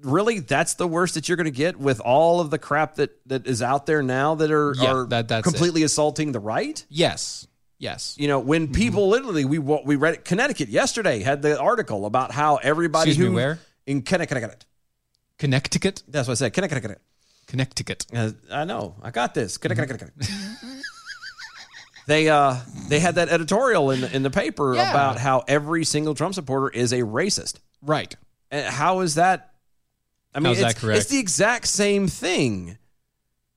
Speaker 4: really, that's the worst that you're going to get with all of the crap that that is out there now that are
Speaker 5: Yeah,
Speaker 4: are
Speaker 5: that- that's it.
Speaker 4: completely assaulting the right.
Speaker 5: Yes. Yes.
Speaker 4: You know, when
Speaker 5: Mm-hmm.
Speaker 4: people literally, we wa- we read it, Connecticut yesterday had the article about how everybody
Speaker 5: Excuse me,
Speaker 4: who
Speaker 5: where?
Speaker 4: in Connecticut,
Speaker 5: Connecticut.
Speaker 4: That's what I said. Connecticut.
Speaker 5: Connecticut.
Speaker 4: Uh, I know. I got this.
Speaker 5: Mm-hmm.
Speaker 4: Connecticut. they uh they had that editorial in the, in the paper
Speaker 5: Yeah.
Speaker 4: about Uh, how every single Trump supporter is a racist.
Speaker 5: Right.
Speaker 4: And how is that I mean,
Speaker 5: How's that
Speaker 4: it's,
Speaker 5: correct?
Speaker 4: it's the exact same thing.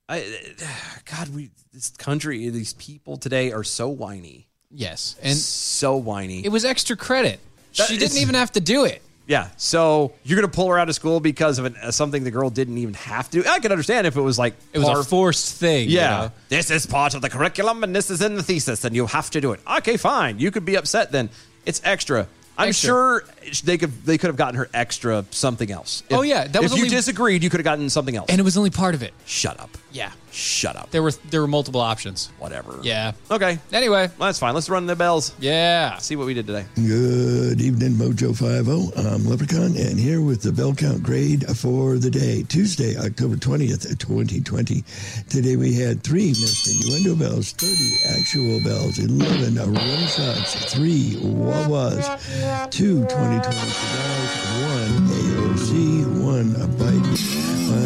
Speaker 4: I, God, we this country, these people today are so whiny.
Speaker 5: Yes, and
Speaker 4: so whiny.
Speaker 5: It was extra credit.
Speaker 4: That
Speaker 5: she
Speaker 4: is-
Speaker 5: didn't even have to do it.
Speaker 4: Yeah. So you're gonna pull her out of school because of an, uh, something the girl didn't even have to. I could understand if it was like
Speaker 5: It was a
Speaker 4: par-
Speaker 5: forced thing. you
Speaker 4: Yeah.
Speaker 5: know?
Speaker 4: This is part of the curriculum, and this is in the thesis, and you have to do it. Okay, fine. You could be upset then. It's extra. I'm sure they could they could have gotten her extra something else.
Speaker 5: Oh, yeah, that
Speaker 4: if
Speaker 5: was
Speaker 4: you
Speaker 5: only-
Speaker 4: disagreed, you could have gotten something else.
Speaker 5: And it was only part of it.
Speaker 4: Shut up.
Speaker 5: Yeah.
Speaker 4: Shut up.
Speaker 5: There were there were multiple options.
Speaker 4: Whatever.
Speaker 5: Yeah.
Speaker 4: Okay.
Speaker 5: Anyway,
Speaker 4: that's fine. Let's run the bells.
Speaker 5: Yeah.
Speaker 4: See what we did today.
Speaker 5: Mm.
Speaker 3: Good evening, Mojo 50. I'm Leprechaun, and here with the bell count grade for the day, Tuesday, October 20th, 2020. Today we had three missed innuendo bells, 30 actual bells, 11 renaissance, three wawas, two 2020 finales, one AOC, one a bite,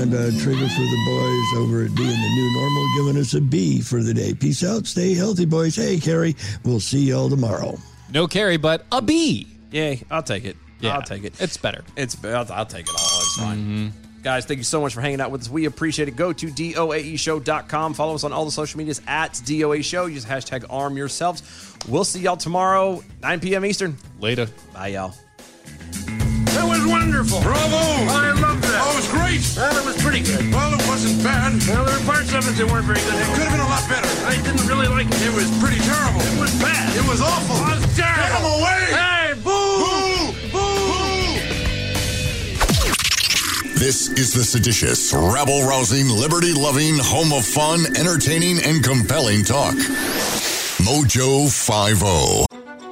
Speaker 3: and a trigger for the boys over at being the new normal, giving us a B for the day. Peace out, stay healthy, boys. Hey, Carrie, we'll see y'all tomorrow.
Speaker 5: No carry, but a B.
Speaker 4: Yay, I'll take it. I'll take it.
Speaker 5: It's better.
Speaker 4: It's I'll, I'll take it all. It's fine. Guys, thank you so much for hanging out with us. We appreciate it. Go to E doaeshow.com. Follow us on all the social medias at DOA Show. Use hashtag arm yourselves. We'll see y'all tomorrow, 9 p.m. Eastern.
Speaker 5: Later.
Speaker 4: Bye, y'all.
Speaker 2: That was wonderful. Bravo! I loved that. Oh, it was great. Well, it was pretty good. Well, it wasn't bad. Well, there were parts of it that weren't very good. It could have been a lot better. I didn't really like it. It was pretty terrible. It was bad. It was awful. It was terrible. Get him away! Hey, Boo! boo. boo.
Speaker 15: This is the seditious, rabble rousing, liberty loving, home of fun, entertaining, and compelling talk. Mojo oh. 50.